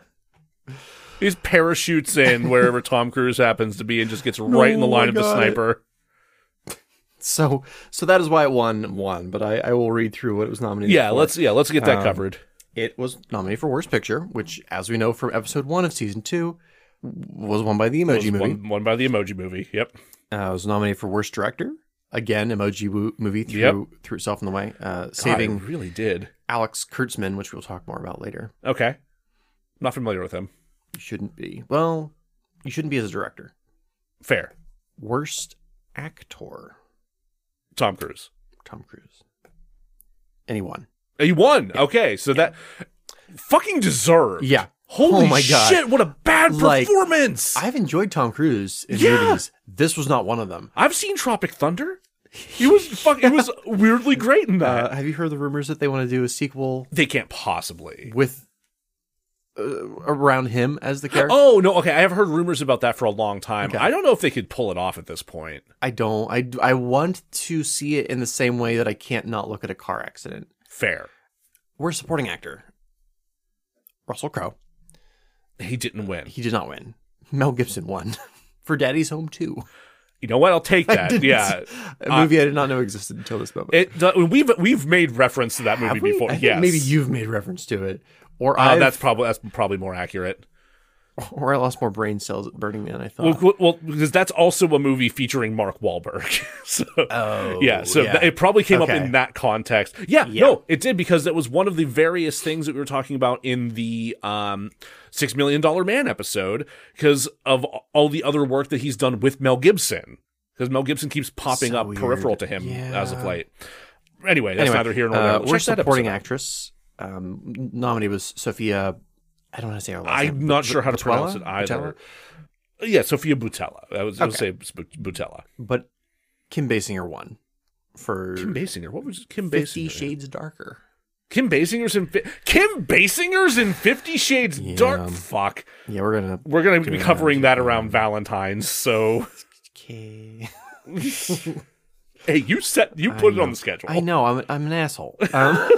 [SPEAKER 2] He just parachutes in wherever Tom Cruise happens to be and just gets right in the
[SPEAKER 1] Oh my
[SPEAKER 2] line of the
[SPEAKER 1] God.
[SPEAKER 2] sniper.
[SPEAKER 1] So, so that is why it won one. But I, I will read through what it was nominated.
[SPEAKER 2] Yeah,
[SPEAKER 1] for.
[SPEAKER 2] let's yeah, let's get that
[SPEAKER 1] Um,
[SPEAKER 2] covered.
[SPEAKER 1] It was nominated for Worst Picture, which, as we know from episode one of season two, was won by the Emoji
[SPEAKER 2] One-
[SPEAKER 1] Movie.
[SPEAKER 2] one by the emoji movie. Yep.
[SPEAKER 1] Uh, it was nominated for Worst Director again, Emoji wo- Movie through through itself in the way, uh, saving
[SPEAKER 2] God, I really did.
[SPEAKER 1] Alex Kurtzman, which we'll talk more about later.
[SPEAKER 2] Okay. Not familiar with him.
[SPEAKER 1] You shouldn't be. Well, you shouldn't be as a director.
[SPEAKER 2] Fair.
[SPEAKER 1] Worst Actor,
[SPEAKER 2] Tom Cruise.
[SPEAKER 1] Tom Cruise. Anyone?
[SPEAKER 2] He won. Okay, so that fucking deserved.
[SPEAKER 1] Yeah.
[SPEAKER 2] Holy
[SPEAKER 1] Oh my God.
[SPEAKER 2] shit, what a bad
[SPEAKER 1] Like,
[SPEAKER 2] performance. I,
[SPEAKER 1] I've enjoyed Tom Cruise in
[SPEAKER 2] Yeah.
[SPEAKER 1] movies. This was not one of them.
[SPEAKER 2] have seen Tropic Thunder. He was fuck it was weirdly great in that.
[SPEAKER 1] Uh, have you heard the rumors that they want to do a sequel
[SPEAKER 2] they can't possibly.
[SPEAKER 1] with uh, around him as the character.
[SPEAKER 2] Oh no, okay, I have heard rumors about that for a long time.
[SPEAKER 1] Okay.
[SPEAKER 2] I don't know if they could pull it off at this point.
[SPEAKER 1] I don't. I I want to see it in the same way that I can't not look at a car accident
[SPEAKER 2] Fair.
[SPEAKER 1] Worst supporting actor. Russell Crowe.
[SPEAKER 2] He didn't win.
[SPEAKER 1] He did not win. Mel Gibson won for Daddy's Home 2.
[SPEAKER 2] You know what? I'll take
[SPEAKER 1] I
[SPEAKER 2] that.
[SPEAKER 1] didn't-
[SPEAKER 2] Yeah.
[SPEAKER 1] A movie I did not know existed until this moment.
[SPEAKER 2] Uh, It, th- we've we've made reference to that movie
[SPEAKER 1] Have we?
[SPEAKER 2] before.
[SPEAKER 1] I think
[SPEAKER 2] yes.
[SPEAKER 1] Maybe you've made reference to it. Or
[SPEAKER 2] Uh,
[SPEAKER 1] I
[SPEAKER 2] that's probably that's probably more accurate.
[SPEAKER 1] or I lost more brain cells at Burning Man, I
[SPEAKER 2] Well,
[SPEAKER 1] thought.
[SPEAKER 2] well, well, because that's also a movie featuring Mark Wahlberg. so,
[SPEAKER 1] Oh,
[SPEAKER 2] yeah. So
[SPEAKER 1] yeah.
[SPEAKER 2] th- it probably came up
[SPEAKER 1] Okay.
[SPEAKER 2] in that context. Yeah,
[SPEAKER 1] Yeah.
[SPEAKER 2] No, it did because that was one of the various things that we were talking about in the um, Six Million Dollar Man episode because of all the other work that he's done with Mel Gibson. Because Mel Gibson keeps popping
[SPEAKER 1] So
[SPEAKER 2] up peripheral
[SPEAKER 1] weird.
[SPEAKER 2] to him
[SPEAKER 1] Yeah.
[SPEAKER 2] as of late. Anyway, that's neither here nor there.
[SPEAKER 1] uh,
[SPEAKER 2] Check
[SPEAKER 1] we're
[SPEAKER 2] that
[SPEAKER 1] supporting
[SPEAKER 2] episode out.
[SPEAKER 1] actress. Um, nominee was Sophia. I don't want to say her last
[SPEAKER 2] I'm
[SPEAKER 1] name,
[SPEAKER 2] not
[SPEAKER 1] but-
[SPEAKER 2] sure how to
[SPEAKER 1] Botella?
[SPEAKER 2] pronounce it either.
[SPEAKER 1] Botella?
[SPEAKER 2] Yeah, Sophia Butella. I was going to
[SPEAKER 1] Okay.
[SPEAKER 2] say Sp- Butella.
[SPEAKER 1] But Kim Basinger won for
[SPEAKER 2] Kim Basinger. What was Kim Basinger?
[SPEAKER 1] Fifty Shades Darker.
[SPEAKER 2] Kim Basinger's in fi- Kim Basinger's in Fifty Shades
[SPEAKER 1] Yeah.
[SPEAKER 2] Dark. Fuck.
[SPEAKER 1] Yeah, we're gonna.
[SPEAKER 2] We're gonna be
[SPEAKER 1] Yeah,
[SPEAKER 2] covering that
[SPEAKER 1] yeah.
[SPEAKER 2] around Valentine's. So
[SPEAKER 1] Okay.
[SPEAKER 2] hey, you set you
[SPEAKER 1] I
[SPEAKER 2] put it
[SPEAKER 1] know.
[SPEAKER 2] on the schedule.
[SPEAKER 1] I know. I'm I'm an asshole. Um,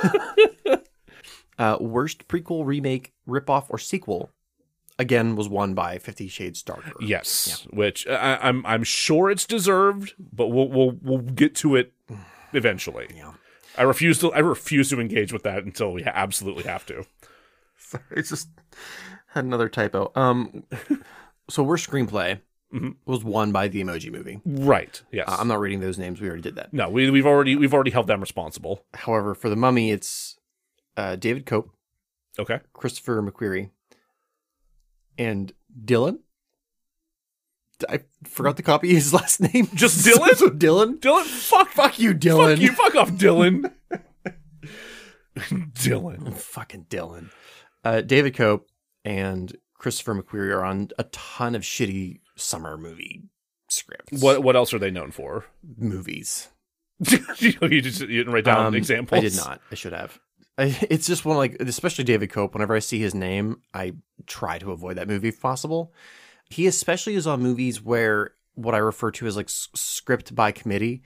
[SPEAKER 1] uh, worst prequel, remake, ripoff, or sequel. Again, was won by Fifty Shades Darker.
[SPEAKER 2] Yes, which I, I'm I'm sure it's deserved, but we'll we'll we'll get to it eventually.
[SPEAKER 1] Yeah.
[SPEAKER 2] I refuse to I refuse to engage with that until we absolutely have to.
[SPEAKER 1] Sorry, it's just had another typo. Um, so worst screenplay
[SPEAKER 2] Mhm.
[SPEAKER 1] was won by the Emoji Movie.
[SPEAKER 2] Right. Yes.
[SPEAKER 1] Uh, I'm not reading those names. We already did that.
[SPEAKER 2] no, we we've already we've already held them responsible.
[SPEAKER 1] However, for the Mummy, it's uh, David Cope,
[SPEAKER 2] Okay.
[SPEAKER 1] Christopher McQuarrie, and Dylan. I forgot to copy his last name.
[SPEAKER 2] Just Dylan?
[SPEAKER 1] So Dylan.
[SPEAKER 2] Dylan, fuck
[SPEAKER 1] Fuck you, Dylan.
[SPEAKER 2] Fuck you, fuck off, Dylan. Dylan.
[SPEAKER 1] Fucking Dylan. Uh, David Cope and Christopher McQuarrie are on a ton of shitty summer movie scripts.
[SPEAKER 2] What what else are they known for?
[SPEAKER 1] movies?
[SPEAKER 2] you, know, you just you didn't write down
[SPEAKER 1] Um,
[SPEAKER 2] examples.
[SPEAKER 1] I did not. I should have. I, it's just one like, especially David Cope. Whenever I see his name, I try to avoid that movie if possible. He especially is on movies where what I refer to as like s- script by committee,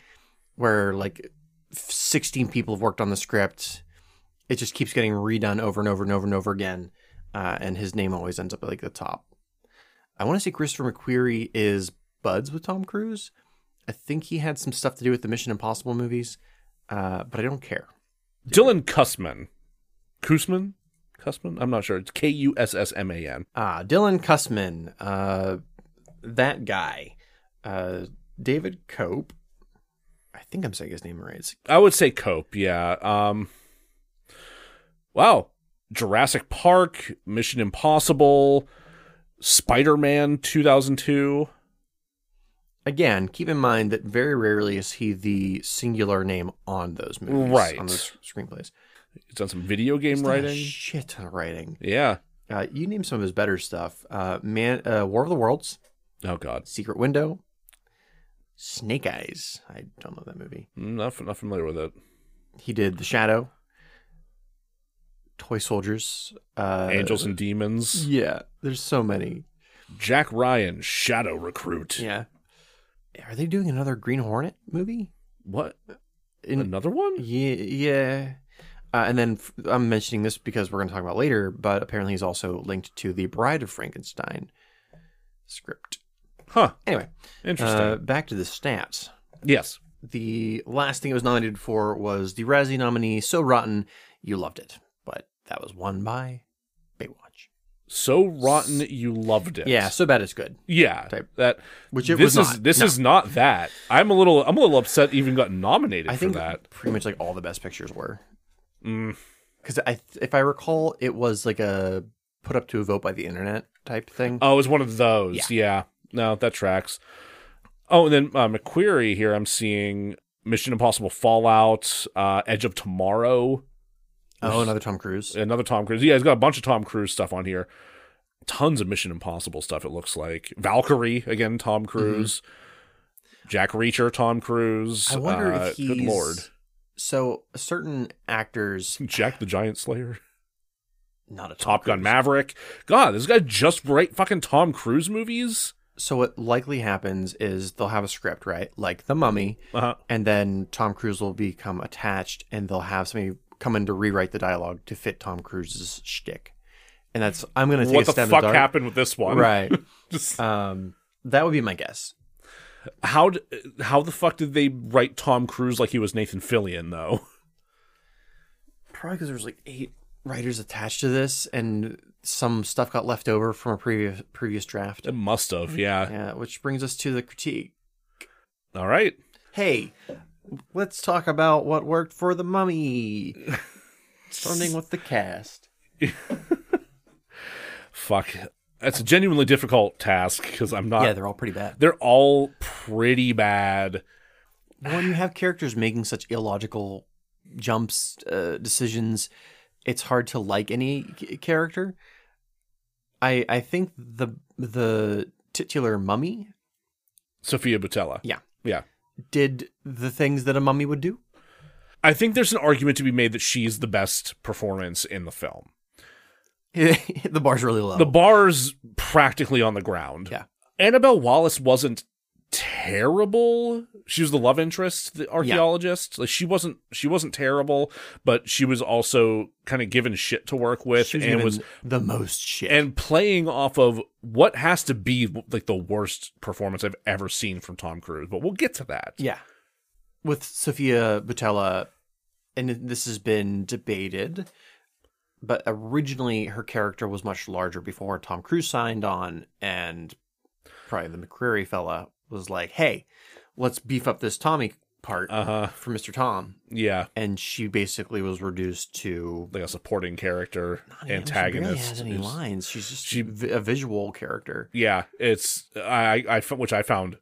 [SPEAKER 1] where like sixteen people have worked on the script. It just keeps getting redone over and over and over and over again, uh, and his name always ends up at like the top. I want to say Christopher McQuarrie is buds with Tom Cruise. I think he had some stuff to do with the Mission Impossible movies, uh, but I don't care.
[SPEAKER 2] Dylan Cussman. Kusman? Cussman? I'm not sure. It's K U S S M A N.
[SPEAKER 1] Ah, Dylan Cussman, uh, that guy, uh, David Cope. I think I'm saying his name right. It's-
[SPEAKER 2] I would say Cope, yeah. Um Wow. Jurassic Park, Mission Impossible, Spider Man two thousand two.
[SPEAKER 1] Again, keep in mind that very rarely is he the singular name on those movies,
[SPEAKER 2] Right.
[SPEAKER 1] On those screenplays,
[SPEAKER 2] He's done some video game
[SPEAKER 1] He's done a
[SPEAKER 2] writing.
[SPEAKER 1] shit ton of writing.
[SPEAKER 2] yeah.
[SPEAKER 1] Uh, you name some of his better stuff. Uh, Man, uh, War of the Worlds,
[SPEAKER 2] Oh god.
[SPEAKER 1] Secret Window, Snake Eyes. I don't know that movie.
[SPEAKER 2] Not not familiar with it.
[SPEAKER 1] He did The Shadow, Toy Soldiers, uh,
[SPEAKER 2] Angels and Demons.
[SPEAKER 1] Yeah, there's so many.
[SPEAKER 2] Jack Ryan, Shadow Recruit.
[SPEAKER 1] Yeah. Are they doing another Green Hornet movie?
[SPEAKER 2] What?
[SPEAKER 1] In,
[SPEAKER 2] Another one?
[SPEAKER 1] yeah, yeah. Uh, and then f- I'm mentioning this because we're going to talk about it later, but apparently he's also linked to the Bride of Frankenstein script.
[SPEAKER 2] Huh.
[SPEAKER 1] Anyway,
[SPEAKER 2] Interesting.
[SPEAKER 1] uh, back to the stats.
[SPEAKER 2] yes.
[SPEAKER 1] The last thing it was nominated for was the Razzie nominee, So Rotten, You Loved It. But that was won by Baywatch.
[SPEAKER 2] So rotten you loved it.
[SPEAKER 1] Yeah, So Bad It's Good.
[SPEAKER 2] Yeah.
[SPEAKER 1] Type.
[SPEAKER 2] That
[SPEAKER 1] Which it
[SPEAKER 2] this
[SPEAKER 1] was
[SPEAKER 2] is
[SPEAKER 1] not.
[SPEAKER 2] this
[SPEAKER 1] No.
[SPEAKER 2] is not that. I'm a little I'm a little upset even got nominated
[SPEAKER 1] I
[SPEAKER 2] for
[SPEAKER 1] think
[SPEAKER 2] that.
[SPEAKER 1] pretty much like all the best pictures were.
[SPEAKER 2] Mm.
[SPEAKER 1] because I, if I recall, it was like a put up to a vote by the internet type thing.
[SPEAKER 2] Oh, it was one of those.
[SPEAKER 1] Yeah.
[SPEAKER 2] Yeah. No, that tracks. Oh, and then uh, McQuarrie here I'm seeing Mission Impossible Fallout, uh, Edge of Tomorrow,
[SPEAKER 1] oh, another Tom Cruise.
[SPEAKER 2] another Tom Cruise. Yeah, he's got a bunch of Tom Cruise stuff on here. Tons of Mission Impossible stuff. It looks like Valkyrie again, Tom
[SPEAKER 1] Mm-hmm.
[SPEAKER 2] Cruise, Jack Reacher, Tom Cruise.
[SPEAKER 1] I wonder
[SPEAKER 2] Uh,
[SPEAKER 1] if he's
[SPEAKER 2] good lord,
[SPEAKER 1] So certain actors,
[SPEAKER 2] Jack the Giant Slayer,
[SPEAKER 1] not a Tom
[SPEAKER 2] Top Gun
[SPEAKER 1] Cruise.
[SPEAKER 2] Maverick. God, this guy just write fucking Tom Cruise movies.
[SPEAKER 1] So what likely happens is they'll have a script, right? Like The Mummy,
[SPEAKER 2] Uh huh.
[SPEAKER 1] and then Tom Cruise will become attached, and they'll have somebody come in to rewrite the dialogue to fit Tom Cruise's shtick. And that's I'm gonna take
[SPEAKER 2] What
[SPEAKER 1] a
[SPEAKER 2] the
[SPEAKER 1] step
[SPEAKER 2] fuck
[SPEAKER 1] in the dark.
[SPEAKER 2] happened with this one?
[SPEAKER 1] Right.
[SPEAKER 2] Just-
[SPEAKER 1] um, that would be my guess.
[SPEAKER 2] how d- how the fuck did they write Tom Cruise like he was Nathan Fillion though?
[SPEAKER 1] Probably because there was like eight writers attached to this, and some stuff got left over from a previous previous draft.
[SPEAKER 2] It must have, yeah.
[SPEAKER 1] Yeah, which brings us to the critique.
[SPEAKER 2] All right.
[SPEAKER 1] Hey, let's talk about what worked for the mummy. Starting with the cast.
[SPEAKER 2] Fuck. That's a genuinely difficult task because I'm not.
[SPEAKER 1] yeah,
[SPEAKER 2] they're-,
[SPEAKER 1] they're all pretty bad.
[SPEAKER 2] all pretty bad.
[SPEAKER 1] When you have characters making such illogical jumps, uh, decisions, it's hard to like any c- character. I I think the the titular mummy
[SPEAKER 2] Sophia Butella.
[SPEAKER 1] Yeah.
[SPEAKER 2] Yeah.
[SPEAKER 1] did the things that a mummy would do.
[SPEAKER 2] I think there's an argument to be made that she's the best performance in the film.
[SPEAKER 1] the bar's really low.
[SPEAKER 2] The bar's practically on the ground.
[SPEAKER 1] Oh. Yeah.
[SPEAKER 2] Annabelle Wallace wasn't terrible. She was the love interest, the archaeologist. Like she wasn't she wasn't terrible, but she was also kind of given shit to work with
[SPEAKER 1] She was
[SPEAKER 2] and
[SPEAKER 1] given
[SPEAKER 2] was
[SPEAKER 1] the most shit.
[SPEAKER 2] and playing off of what has to be like the worst performance I've ever seen from Tom Cruise, but we'll get to that.
[SPEAKER 1] yeah, with Sophia Butella, and this has been debated, but originally her character was much larger before Tom Cruise signed on, and probably the McCreary fella was like, "Hey, let's beef up this Tommy part
[SPEAKER 2] Uh-huh.
[SPEAKER 1] for Mr. Tom,"
[SPEAKER 2] Yeah,
[SPEAKER 1] and she basically was reduced to
[SPEAKER 2] like a supporting character,
[SPEAKER 1] Yeah,
[SPEAKER 2] antagonist.
[SPEAKER 1] She really has any
[SPEAKER 2] is-
[SPEAKER 1] lines? She's just
[SPEAKER 2] she-
[SPEAKER 1] vi- a visual character.
[SPEAKER 2] Yeah, it's I, I f- which I found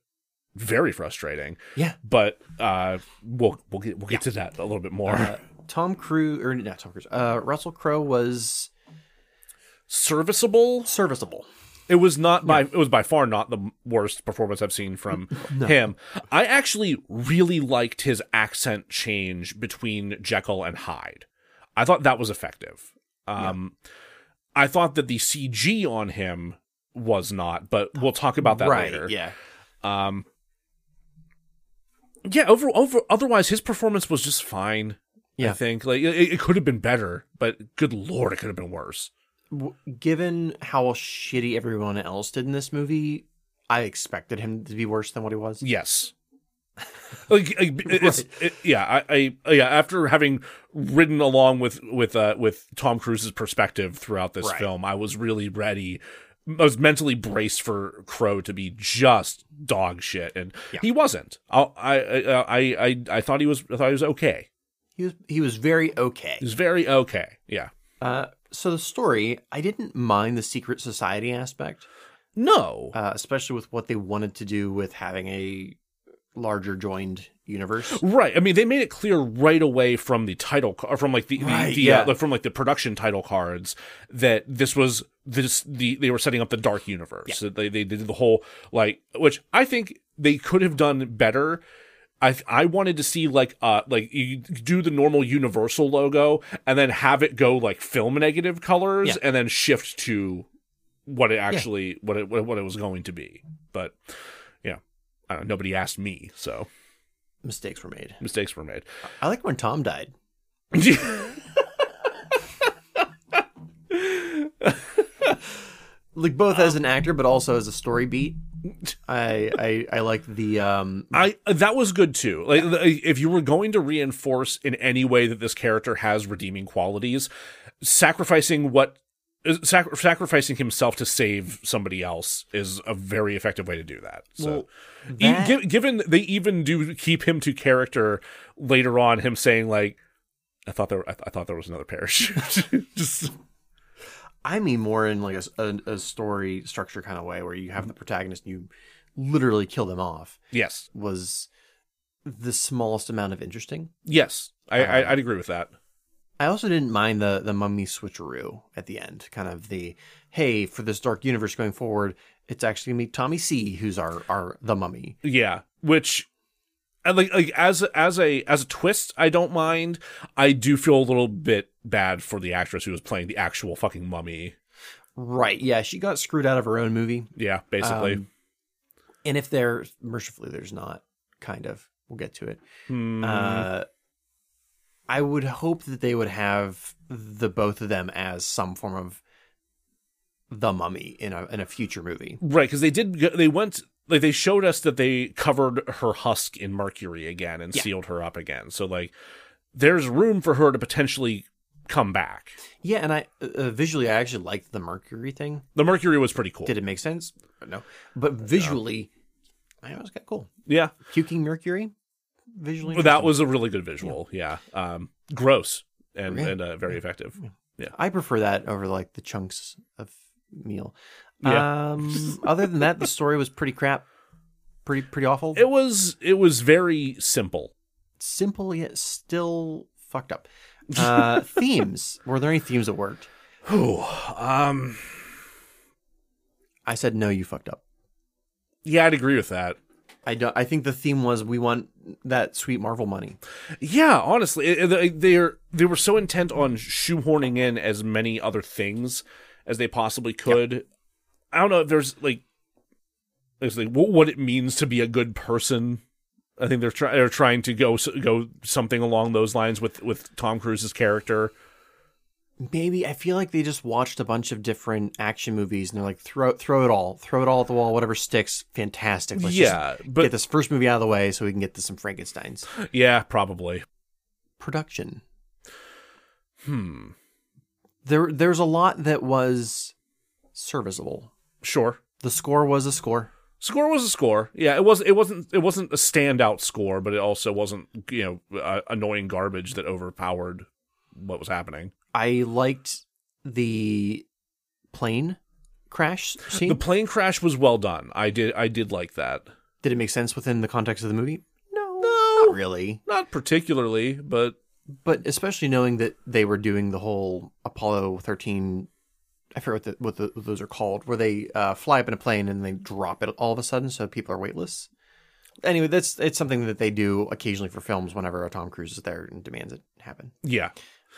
[SPEAKER 2] very frustrating.
[SPEAKER 1] Yeah.
[SPEAKER 2] But uh, we'll we'll get we'll get to that a little bit more.
[SPEAKER 1] Uh, Tom Cruise or not Tom Cruise. Uh, Russell Crowe was
[SPEAKER 2] Serviceable.
[SPEAKER 1] serviceable.
[SPEAKER 2] It was not by it was by far not the worst performance I've seen from him. I actually really liked his accent change between Jekyll and Hyde. I thought that was effective. Um I thought that the CG on him was not, but we'll talk about that
[SPEAKER 1] right.
[SPEAKER 2] later.
[SPEAKER 1] Yeah.
[SPEAKER 2] Um Yeah, over over otherwise his performance was just fine. I
[SPEAKER 1] Yeah.
[SPEAKER 2] think like it, it could have been better, but good lord, it could have been worse.
[SPEAKER 1] W- given how shitty everyone else did in this movie, I expected him to be worse than what he was.
[SPEAKER 2] Yes. like, like, it's it- yeah, I, I yeah. After having ridden along with with uh, with Tom Cruise's perspective throughout this
[SPEAKER 1] Right.
[SPEAKER 2] film, I was really ready. I was mentally braced for Crow to be just dog shit, and
[SPEAKER 1] Yeah.
[SPEAKER 2] he wasn't. I I, I I I thought he was. I thought he was okay.
[SPEAKER 1] He was he was very okay.
[SPEAKER 2] He was very okay. Yeah.
[SPEAKER 1] Uh, so the story, I didn't mind the secret society aspect,
[SPEAKER 2] No.
[SPEAKER 1] uh, especially with what they wanted to do with having a larger joined universe.
[SPEAKER 2] Right. I mean, they made it clear right away from the title, ca- or from like the, the,
[SPEAKER 1] Right,
[SPEAKER 2] the
[SPEAKER 1] yeah.
[SPEAKER 2] uh, from like the production title cards that this was this the they were setting up the dark universe. So They they did the whole like, which I think they could have done better. I I wanted to see like uh like you do the normal Universal logo and then have it go like film negative colors
[SPEAKER 1] Yeah.
[SPEAKER 2] and then shift to what it actually what it what it was going to be. But yeah, I don't know, nobody asked me, so
[SPEAKER 1] Mistakes were made.
[SPEAKER 2] mistakes were made.
[SPEAKER 1] I like when Tom died. like both as an actor but also as a story beat i i i like the um
[SPEAKER 2] I that was good too. Like the- if you were going to reinforce in any way that this character has redeeming qualities, sacrificing what uh, sac- sacrificing himself to save somebody else is a very effective way to do that. So
[SPEAKER 1] well,
[SPEAKER 2] E-
[SPEAKER 1] that-
[SPEAKER 2] gi- given they even do keep him to character later on, him saying like, "I thought there, I, th- I thought there was another parachute." Just
[SPEAKER 1] i mean more in like a, s- a- a story structure kind of way where you have the protagonist and you literally kill them off
[SPEAKER 2] yes,
[SPEAKER 1] was the smallest amount of interesting
[SPEAKER 2] yes, I,
[SPEAKER 1] Uh-huh.
[SPEAKER 2] I I'd agree with that.
[SPEAKER 1] i also didn't mind the the mummy switcheroo at the end kind of the hey for this dark universe going forward it's actually gonna be tommy c who's our our the mummy
[SPEAKER 2] Yeah, which and like like as as a as a twist, I don't mind. I do feel a little bit bad for the actress who was playing the actual fucking mummy.
[SPEAKER 1] right yeah she got screwed out of her own movie
[SPEAKER 2] Yeah, basically.
[SPEAKER 1] Um, and if there, mercifully, there's not, kind of, we'll get to it.
[SPEAKER 2] Hmm.
[SPEAKER 1] Uh, I would hope that they would have the both of them as some form of the mummy in a in a future movie.
[SPEAKER 2] Right, because they did. go- They went. Like they showed us that they covered her husk in mercury again and
[SPEAKER 1] Yeah.
[SPEAKER 2] sealed her up again. So like, there's room for her to potentially come back.
[SPEAKER 1] Yeah, and I uh, visually I actually liked the Mercury thing.
[SPEAKER 2] The mercury was pretty cool.
[SPEAKER 1] Did it make sense? No, but visually, I was got cool.
[SPEAKER 2] yeah,
[SPEAKER 1] Puking Mercury, visually.
[SPEAKER 2] that was a really good visual. Yeah, Um, gross and
[SPEAKER 1] Yeah.
[SPEAKER 2] and uh, very effective.
[SPEAKER 1] I prefer that over like the chunks of meal.
[SPEAKER 2] Yeah.
[SPEAKER 1] Um, other than that, the story was pretty crap, pretty pretty awful.
[SPEAKER 2] It was it was very simple.
[SPEAKER 1] Simple yet still fucked up. Uh, themes. Were there any themes that worked?
[SPEAKER 2] Whew. um,
[SPEAKER 1] I said no. You fucked up.
[SPEAKER 2] yeah, I'd agree with that.
[SPEAKER 1] I don't. I think the theme was we want that sweet Marvel money.
[SPEAKER 2] Yeah, honestly, it- it- they're they were so intent on shoehorning in as many other things as they possibly could. I don't know if there's like there's like what, what it means to be a good person. I think they're trying they're trying to go s- go something along those lines with with Tom Cruise's character.
[SPEAKER 1] Maybe I feel like they just watched a bunch of different action movies and they're like throw throw it all, throw it all at the wall, whatever sticks. Fantastic. Let's
[SPEAKER 2] yeah,
[SPEAKER 1] just
[SPEAKER 2] but
[SPEAKER 1] get this first movie out of the way so we can get to some Frankenstein's
[SPEAKER 2] yeah, probably.
[SPEAKER 1] production.
[SPEAKER 2] Hmm.
[SPEAKER 1] There there's a lot that was serviceable.
[SPEAKER 2] Sure.
[SPEAKER 1] The score was a score.
[SPEAKER 2] Score was a score. Yeah, it was. It wasn't. It wasn't a standout score, but it also wasn't you know uh, annoying garbage that overpowered what was happening.
[SPEAKER 1] I liked the plane crash scene.
[SPEAKER 2] The plane crash was well done. I did I did like that.
[SPEAKER 1] Did it make sense within the context of the movie? No. No. Not really.
[SPEAKER 2] Not particularly, but
[SPEAKER 1] But especially knowing that they were doing the whole Apollo 13, I forget what, the, what, the, what those are called, where they uh, fly up in a plane and they drop it all of a sudden so people are weightless. Anyway, that's it's something that they do occasionally for films whenever a Tom Cruise is there and demands it happen.
[SPEAKER 2] yeah.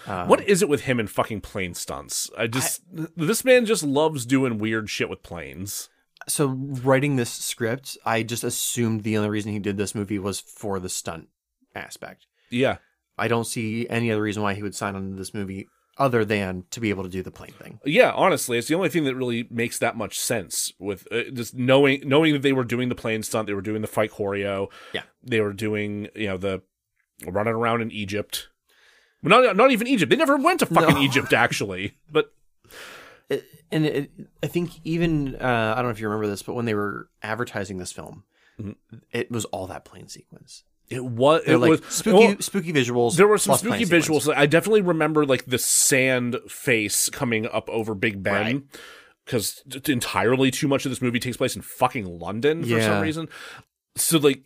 [SPEAKER 1] Um,
[SPEAKER 2] what is it with him and fucking plane stunts? I just this man just loves doing weird shit with planes.
[SPEAKER 1] So writing this script, I just assumed the only reason he did this movie was for the stunt aspect.
[SPEAKER 2] Yeah.
[SPEAKER 1] I don't see any other reason why he would sign on to this movie other than to be able to do the plane thing.
[SPEAKER 2] Yeah, honestly, it's the only thing that really makes that much sense with uh, just knowing knowing that they were doing the plane stunt, they were doing the fight choreo.
[SPEAKER 1] Yeah.
[SPEAKER 2] They were doing, you know, the running around in Egypt. Well, Not not even Egypt. They never went to fucking
[SPEAKER 1] No.
[SPEAKER 2] Egypt actually. But
[SPEAKER 1] It, and it, I think even uh, I don't know if you remember this, but when they were advertising this film,
[SPEAKER 2] Mhm.
[SPEAKER 1] it was all that plane sequence.
[SPEAKER 2] it was
[SPEAKER 1] They're
[SPEAKER 2] it
[SPEAKER 1] like
[SPEAKER 2] was
[SPEAKER 1] spooky,
[SPEAKER 2] well-
[SPEAKER 1] spooky visuals.
[SPEAKER 2] There were some
[SPEAKER 1] plus plane
[SPEAKER 2] spooky
[SPEAKER 1] sequence.
[SPEAKER 2] visuals. I definitely remember like the sand face coming up over Big
[SPEAKER 1] Right.
[SPEAKER 2] Ben because entirely too much of this movie takes place in fucking London for
[SPEAKER 1] Yeah.
[SPEAKER 2] some reason. So like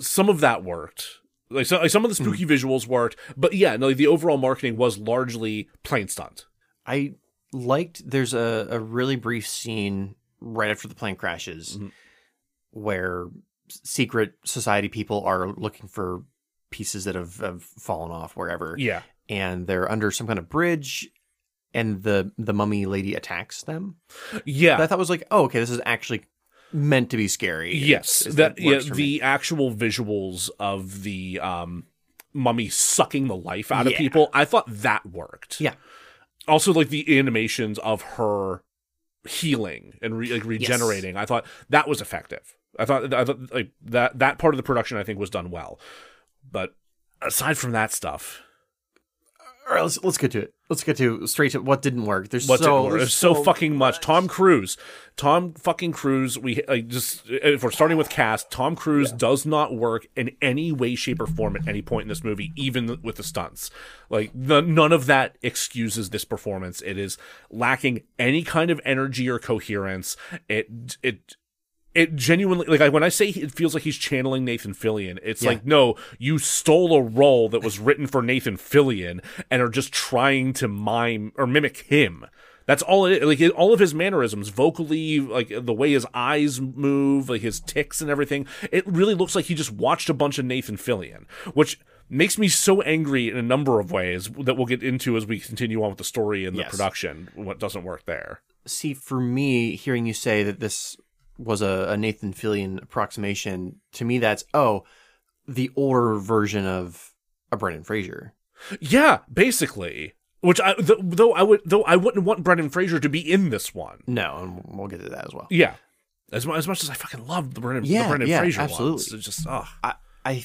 [SPEAKER 2] some of that worked. Like, so, like some of the spooky
[SPEAKER 1] Hmm.
[SPEAKER 2] visuals worked, but yeah, no, like, the overall marketing was largely plain stunt.
[SPEAKER 1] I liked. There's a, a really brief scene right after the plane crashes,
[SPEAKER 2] Mhm.
[SPEAKER 1] where s- secret society people are looking for pieces that have, have fallen off wherever,
[SPEAKER 2] Yeah,
[SPEAKER 1] and they're under some kind of bridge, and the the mummy lady attacks them.
[SPEAKER 2] yeah,
[SPEAKER 1] But I thought was like, oh, okay, this is actually meant to be scary.
[SPEAKER 2] yes.
[SPEAKER 1] It's- it's-
[SPEAKER 2] that yeah,
[SPEAKER 1] works for
[SPEAKER 2] the
[SPEAKER 1] me.
[SPEAKER 2] actual visuals of the um mummy sucking the life out
[SPEAKER 1] Yeah.
[SPEAKER 2] of people. I thought that worked.
[SPEAKER 1] Yeah.
[SPEAKER 2] also like the animations of her healing and re- like regenerating i thought that was effective i thought, I thought like that that part of the production i think was done well but aside from that stuff
[SPEAKER 1] All right, let's let's get to it. Let's get to straight to what didn't work. There's
[SPEAKER 2] what's
[SPEAKER 1] so
[SPEAKER 2] it more?
[SPEAKER 1] there's
[SPEAKER 2] There's so, fucking much tom cruise tom fucking cruise we like just uh, if we're starting with cast tom cruise does not work in any way shape or form at any point in this movie even with the stunts like the, none of that excuses this performance it is lacking any kind of energy or coherence it it it genuinely like I, when I say he, it feels like he's channeling Nathan Fillion. It's
[SPEAKER 1] Yeah.
[SPEAKER 2] like no, you stole a role that was written for Nathan Fillion and are just trying to mime or mimic him. That's all it is. Like it- all of his mannerisms, vocally, like the way his eyes move, like his ticks and everything. It really looks like he just watched a bunch of Nathan Fillion, which makes me so angry in a number of ways that we'll get into as we continue on with the story and the
[SPEAKER 1] Yes.
[SPEAKER 2] production. What doesn't work there?
[SPEAKER 1] see for me hearing you say that this was a, a Nathan Fillion approximation to me that's oh the older version of a Brendan Fraser
[SPEAKER 2] Yeah, basically. Which I th- though I would though I wouldn't want Brendan Fraser to be in this one.
[SPEAKER 1] No, and we'll get to that as well.
[SPEAKER 2] Yeah, as much as much as I fucking love the Brendan
[SPEAKER 1] Yeah,
[SPEAKER 2] the Brendan
[SPEAKER 1] yeah,
[SPEAKER 2] Fraser
[SPEAKER 1] absolutely.
[SPEAKER 2] ones, it's just oh
[SPEAKER 1] I, I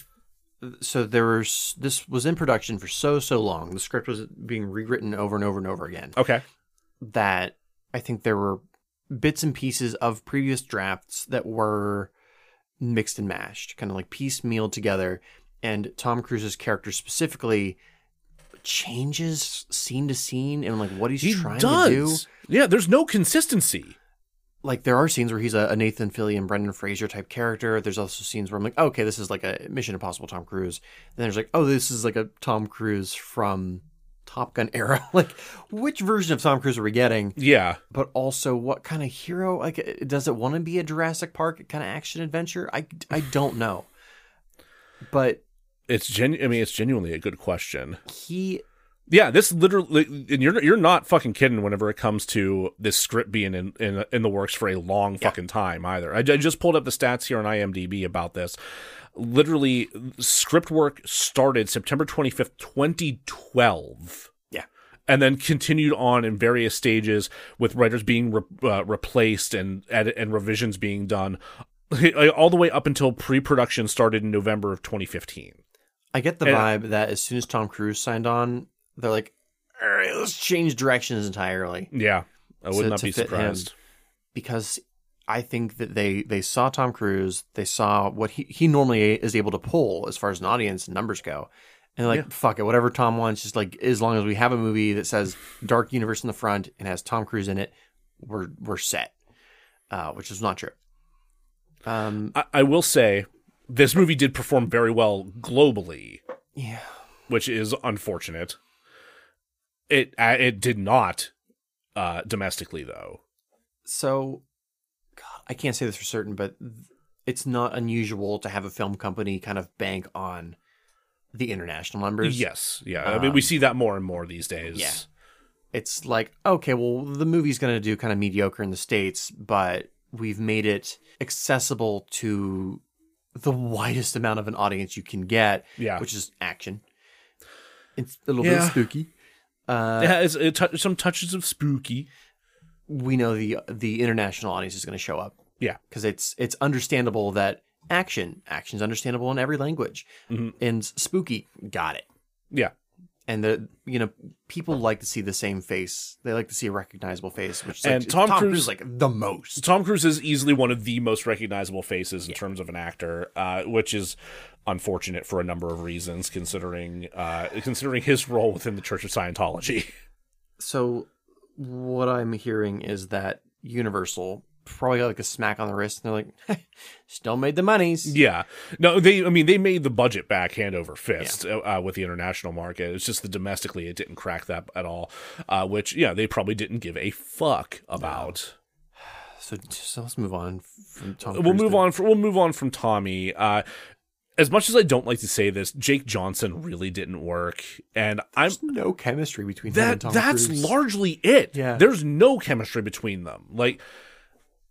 [SPEAKER 1] so there was this was in production for so so long. The script was being rewritten over and over and over again.
[SPEAKER 2] okay
[SPEAKER 1] That I think there were bits and pieces of previous drafts that were mixed and mashed, kind of like piecemeal together. And Tom Cruise's character specifically changes scene to scene and like what he's trying to do.
[SPEAKER 2] Yeah, there's no consistency.
[SPEAKER 1] like there are scenes where he's a, a Nathan Fillion, Brendan Fraser type character. There's also scenes where I'm like, okay, this is like a Mission Impossible Tom Cruise. And there's like, oh, this is like a Tom Cruise from Top Gun era. like, which version of Tom Cruise are we getting?
[SPEAKER 2] Yeah,
[SPEAKER 1] But also, what kind of hero? Like, it- does it want to be a Jurassic Park kind of action adventure? I I don't know. But
[SPEAKER 2] it's genu- I mean, it's genuinely a good question.
[SPEAKER 1] he,
[SPEAKER 2] Yeah, this literally, and you're you're not fucking kidding. Whenever it comes to this script being in in, in the works for a long fucking time, either. I, I just pulled up the stats here on IMDb about this. Literally, script work started September 25th, 2012.
[SPEAKER 1] Yeah.
[SPEAKER 2] And then continued on in various stages with writers being re- uh, replaced and edit and revisions being done, all the way up until pre-production started in November of 2015.
[SPEAKER 1] I get the
[SPEAKER 2] And-
[SPEAKER 1] vibe that as soon as Tom Cruise signed on, they're like, all right, let's change directions entirely.
[SPEAKER 2] Yeah, I would
[SPEAKER 1] to-
[SPEAKER 2] not
[SPEAKER 1] to
[SPEAKER 2] be
[SPEAKER 1] fit him.
[SPEAKER 2] surprised.
[SPEAKER 1] because I think that they they saw Tom Cruise, they saw what he, he normally is able to pull as far as an audience and numbers go. And they're like, fuck it, whatever Tom wants, just like as long as we have a movie that says Dark Universe in the front and has Tom Cruise in it, we're we're set. Uh, which is not true. Um
[SPEAKER 2] I, I will say this movie did perform very well globally,
[SPEAKER 1] yeah.
[SPEAKER 2] which is unfortunate. It uh, it did not uh, domestically though.
[SPEAKER 1] So God, I can't say this for certain, but it's not unusual to have a film company kind of bank on the international numbers.
[SPEAKER 2] Yes, yeah. I mean, we
[SPEAKER 1] Um,
[SPEAKER 2] see that more and more these days.
[SPEAKER 1] yeah. it's like okay well the movie's going to do kind of mediocre in the states but we've made it accessible to the widest amount of an audience you can get
[SPEAKER 2] Yeah.
[SPEAKER 1] which is action it's a little
[SPEAKER 2] Yeah.
[SPEAKER 1] bit spooky uh,
[SPEAKER 2] It has it tou- some touches of spooky.
[SPEAKER 1] we know the the international audience is going to show up
[SPEAKER 2] Yeah.
[SPEAKER 1] because it's it's understandable that action action's understandable in every language
[SPEAKER 2] Mhm.
[SPEAKER 1] and spooky got it
[SPEAKER 2] Yeah.
[SPEAKER 1] and the you know people like to see the same face they like to see a recognizable face which is
[SPEAKER 2] And
[SPEAKER 1] like,
[SPEAKER 2] Tom
[SPEAKER 1] Tom
[SPEAKER 2] Cruise-
[SPEAKER 1] Cruise is like the most
[SPEAKER 2] Tom Cruise is easily one of the most recognizable faces in terms of an actor, uh, which is unfortunate for a number of reasons, considering uh, considering his role within the Church of Scientology.
[SPEAKER 1] so what I'm hearing is that Universal probably got like a smack on the wrist, and they're like, "Still made the monies."
[SPEAKER 2] Yeah. No, they, I mean, they made the budget back hand over fist uh, uh, with the international market. It's just the domestically, it didn't crack that at all, uh, which, yeah, they probably didn't give a fuck about.
[SPEAKER 1] So, so let's move on from Tom.
[SPEAKER 2] We'll
[SPEAKER 1] Cruise
[SPEAKER 2] move
[SPEAKER 1] to-
[SPEAKER 2] on. From, we'll move on from Tommy. Uh, as much as I don't like to say this, Jake Johnson really didn't work, and I'm
[SPEAKER 1] There's no chemistry between him
[SPEAKER 2] that
[SPEAKER 1] and Tom
[SPEAKER 2] that's
[SPEAKER 1] Cruise.
[SPEAKER 2] largely it.
[SPEAKER 1] Yeah.
[SPEAKER 2] There's no chemistry between them. Like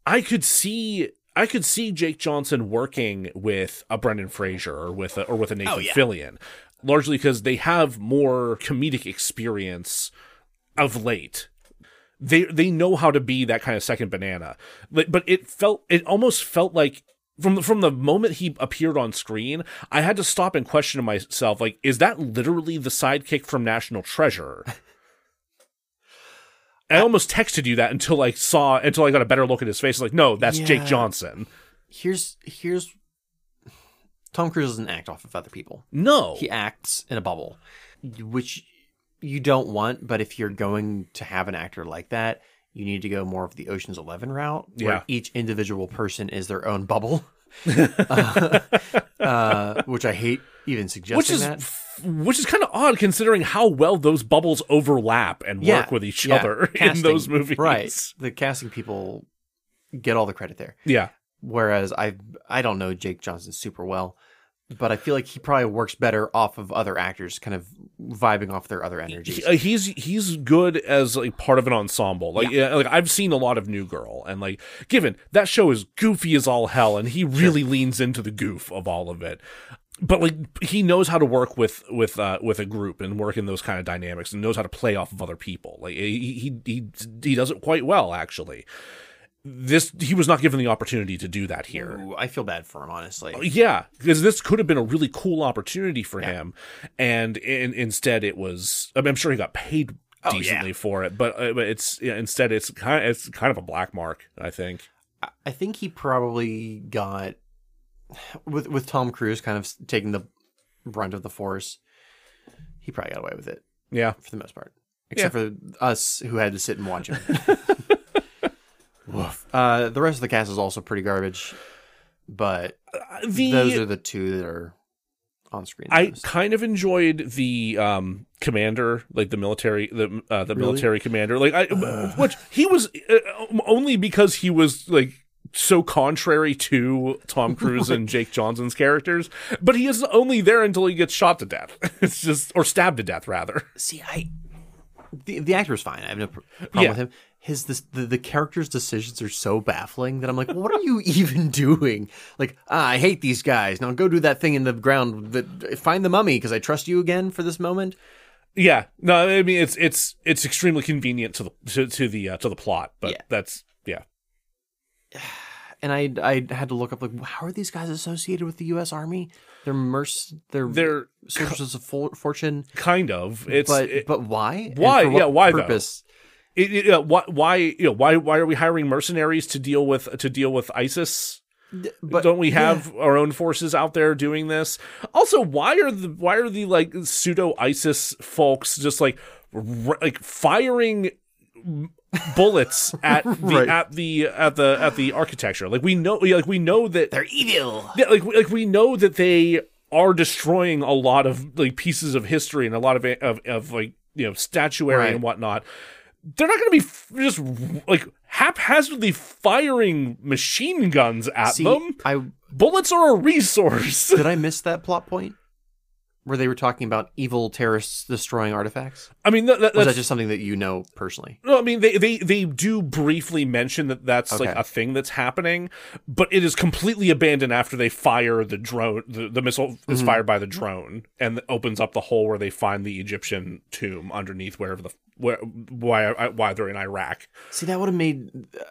[SPEAKER 2] I could see I could see Jake Johnson working with a Brendan Fraser or with a, or with a Nathan Fillion, largely because they have more comedic experience of late. They they know how to be that kind of second banana, but, but it felt it almost felt like from the, from the moment he appeared on screen, I had to stop and question myself like, is that literally the sidekick from National Treasure? I almost texted you that until I saw until I got a better look at his face. Like, no, that's Jake
[SPEAKER 1] Yeah.
[SPEAKER 2] Johnson.
[SPEAKER 1] Here's here's Tom Cruise doesn't act off of other people.
[SPEAKER 2] No,
[SPEAKER 1] He acts in a bubble, which you don't want. But if you're going to have an actor like that, you need to go more of the Ocean's Eleven route, where
[SPEAKER 2] Yeah.
[SPEAKER 1] each individual person is their own bubble. uh, uh, which I hate even suggesting
[SPEAKER 2] which is
[SPEAKER 1] that.
[SPEAKER 2] f- which is kind of odd considering how well those bubbles overlap and
[SPEAKER 1] Yeah,
[SPEAKER 2] work with each
[SPEAKER 1] yeah,
[SPEAKER 2] other in
[SPEAKER 1] casting,
[SPEAKER 2] those movies.
[SPEAKER 1] right? The casting people get all the credit there.
[SPEAKER 2] Yeah.
[SPEAKER 1] Whereas I I don't know Jake Johnson super well, but I feel like he probably works better off of other actors, kind of vibing off their other energies.
[SPEAKER 2] He- uh, he's he's good as like part of an ensemble. Like yeah. like I've seen a lot of New Girl, and like given that show is goofy as all hell, and he really leans into the goof of all of it. but like he knows how to work with with uh, with a group and work in those kind of dynamics and knows how to play off of other people. Like he he he, he does it quite well actually. This he was not given the opportunity to do that here.
[SPEAKER 1] Ooh, I feel bad for him, honestly.
[SPEAKER 2] Yeah, because this could have been a really cool opportunity for him, and in, instead it was. I mean, I'm sure he got paid
[SPEAKER 1] Oh, yeah.
[SPEAKER 2] decently for it, but uh, but it's yeah, instead it's kind of, it's kind of a black mark. I think.
[SPEAKER 1] I- I think he probably got with with Tom Cruise kind of s- taking the brunt of the force. He probably got away with it
[SPEAKER 2] Yeah,
[SPEAKER 1] for the most part, except for us who had to sit and watch him. Woof. Uh, the rest of the cast is also pretty garbage, but
[SPEAKER 2] Uh, the,
[SPEAKER 1] those are the two that are on screen. the
[SPEAKER 2] I
[SPEAKER 1] most.
[SPEAKER 2] kind of enjoyed the um, commander, like the military, the uh, the
[SPEAKER 1] Really?
[SPEAKER 2] military commander, like I, which he was uh, only because he was like so contrary to Tom Cruise and Jake Johnson's characters, but he is only there until he gets shot to death. It's just or stabbed to death rather.
[SPEAKER 1] see I the the actor's fine. I have no pr- problem
[SPEAKER 2] Yeah.
[SPEAKER 1] with him. His this, the the character's decisions are so baffling that I'm like, what are you even doing? Like, ah, I hate these guys. Now go do that thing in the ground. That find the mummy because I trust you again for this moment.
[SPEAKER 2] Yeah, no, I mean it's it's it's extremely convenient to the to, to the uh, to the plot, but
[SPEAKER 1] Yeah.
[SPEAKER 2] that's yeah.
[SPEAKER 1] And I I had to look up like, how are these guys associated with the U.S. Army? They're merc. They're
[SPEAKER 2] They're
[SPEAKER 1] sources of for- fortune.
[SPEAKER 2] kind of it's
[SPEAKER 1] but
[SPEAKER 2] it-
[SPEAKER 1] but why? And
[SPEAKER 2] Why?
[SPEAKER 1] for what
[SPEAKER 2] Yeah, why though?
[SPEAKER 1] Purpose.
[SPEAKER 2] it, it, uh, why, why you know why why are we hiring mercenaries to deal with to deal with ISIS?
[SPEAKER 1] But
[SPEAKER 2] Don't we have our own forces out there doing this? Also, why are the why are the like pseudo ISIS folks just like r- like firing m- bullets at the
[SPEAKER 1] Right.
[SPEAKER 2] at the at the at the architecture? Like we know like we know that
[SPEAKER 1] they're evil.
[SPEAKER 2] yeah, like like we know that they are destroying a lot of like pieces of history and a lot of of, of like you know statuary
[SPEAKER 1] Right.
[SPEAKER 2] and whatnot. They're not going to be f- just like haphazardly firing machine guns at
[SPEAKER 1] See,
[SPEAKER 2] them.
[SPEAKER 1] I
[SPEAKER 2] Bullets are a resource.
[SPEAKER 1] Did I miss that plot point where they were talking about evil terrorists destroying artifacts?
[SPEAKER 2] I mean, that, that,
[SPEAKER 1] Or is
[SPEAKER 2] that's
[SPEAKER 1] that just something that you know personally?
[SPEAKER 2] No, I mean they, they they do briefly mention that that's like
[SPEAKER 1] Okay.
[SPEAKER 2] a thing that's happening, but it is completely abandoned after they fire the drone. The, the missile is fired by the drone and opens up the hole where they find the Egyptian tomb underneath wherever the where why why they're in Iraq.
[SPEAKER 1] See, that would have made. uh,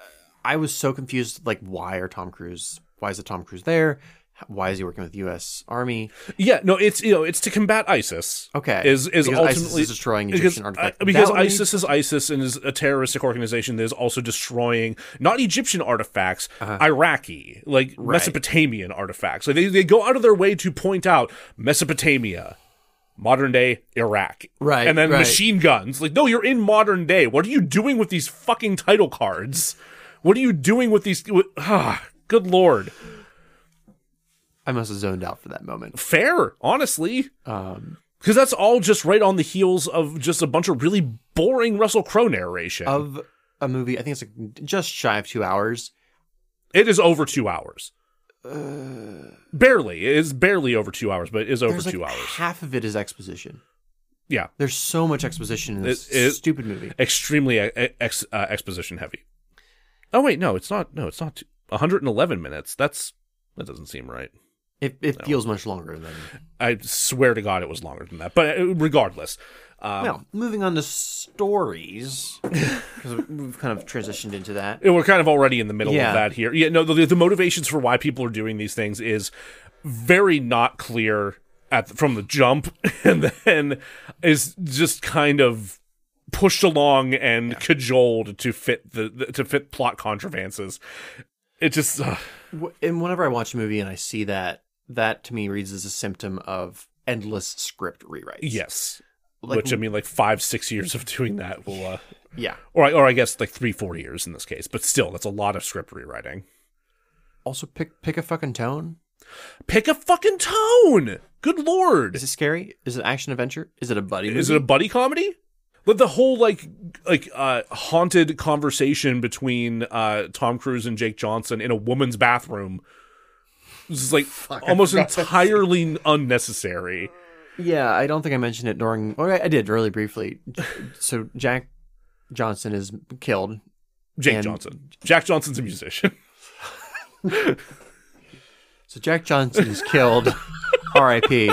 [SPEAKER 1] I was so confused. Like, why are Tom Cruise? Why is the Tom Cruise there? Why is he working with the U.S. Army?
[SPEAKER 2] Yeah, no, it's you know it's to combat ISIS.
[SPEAKER 1] Okay,
[SPEAKER 2] is is
[SPEAKER 1] because ISIS
[SPEAKER 2] ultimately
[SPEAKER 1] is destroying
[SPEAKER 2] because,
[SPEAKER 1] Egyptian artifacts.
[SPEAKER 2] uh, because
[SPEAKER 1] That would make-
[SPEAKER 2] ISIS is ISIS and is a terroristic organization that is also destroying not Egyptian artifacts,
[SPEAKER 1] Uh-huh.
[SPEAKER 2] Iraqi, like Mesopotamian artifacts. Like they, they go out of their way to point out Mesopotamia, modern day Iraq.
[SPEAKER 1] Right,
[SPEAKER 2] And then
[SPEAKER 1] right.
[SPEAKER 2] machine guns. Like, no, you're in modern day. What are you doing with these fucking title cards? What are you doing with these? With, ah, good lord.
[SPEAKER 1] I must have zoned out for that moment. Um,
[SPEAKER 2] Fair, honestly. because that's all just right on the heels of just a bunch of really boring Russell Crowe narration.
[SPEAKER 1] Of a movie, I think it's like just shy of two hours.
[SPEAKER 2] It is over two hours. barely. It is barely over two hours, but it is over
[SPEAKER 1] Uh. There's
[SPEAKER 2] two
[SPEAKER 1] like
[SPEAKER 2] hours.
[SPEAKER 1] half of it is exposition.
[SPEAKER 2] Yeah.
[SPEAKER 1] There's so much exposition in this
[SPEAKER 2] It- it-
[SPEAKER 1] stupid movie.
[SPEAKER 2] Extremely e- ex, uh, exposition heavy. Oh, wait. No, it's not. No, it's not. Two, 111 minutes. That's. That doesn't seem right.
[SPEAKER 1] It, it feels much longer than.
[SPEAKER 2] I swear to God it was longer than that. But uh, regardless. Um,
[SPEAKER 1] Well, moving on to stories, because we've kind of transitioned into that.
[SPEAKER 2] Yeah, We're kind of already in the middle
[SPEAKER 1] Yeah.
[SPEAKER 2] of that here. Yeah, no, the, the motivations for why people are doing these things is very not clear at the, from the jump, and then is just kind of pushed along and cajoled to fit the, the to fit plot contrivances. It just uh,
[SPEAKER 1] W- And whenever I watch a movie and I see that, that to me reads as a symptom of endless script rewrites.
[SPEAKER 2] yes,
[SPEAKER 1] Like-
[SPEAKER 2] which I mean, like five six years of doing that will, uh,
[SPEAKER 1] Yeah.
[SPEAKER 2] or I, or I guess like three four years in this case, but still, that's a lot of script rewriting.
[SPEAKER 1] Also, pick pick a fucking tone.
[SPEAKER 2] Pick a fucking tone. Good lord.
[SPEAKER 1] Is it scary? Is it action adventure? Is it a buddy movie?
[SPEAKER 2] Is it a buddy comedy? But the whole like like uh, haunted conversation between uh, Tom Cruise and Jake Johnson in a woman's bathroom is like almost entirely unnecessary.
[SPEAKER 1] yeah, I don't think I mentioned it during. Or I I did really briefly. so Jack Johnson is killed.
[SPEAKER 2] Jake
[SPEAKER 1] And-
[SPEAKER 2] Johnson, Jack Johnson's a musician.
[SPEAKER 1] So Jack Johnson is killed. R.I.P.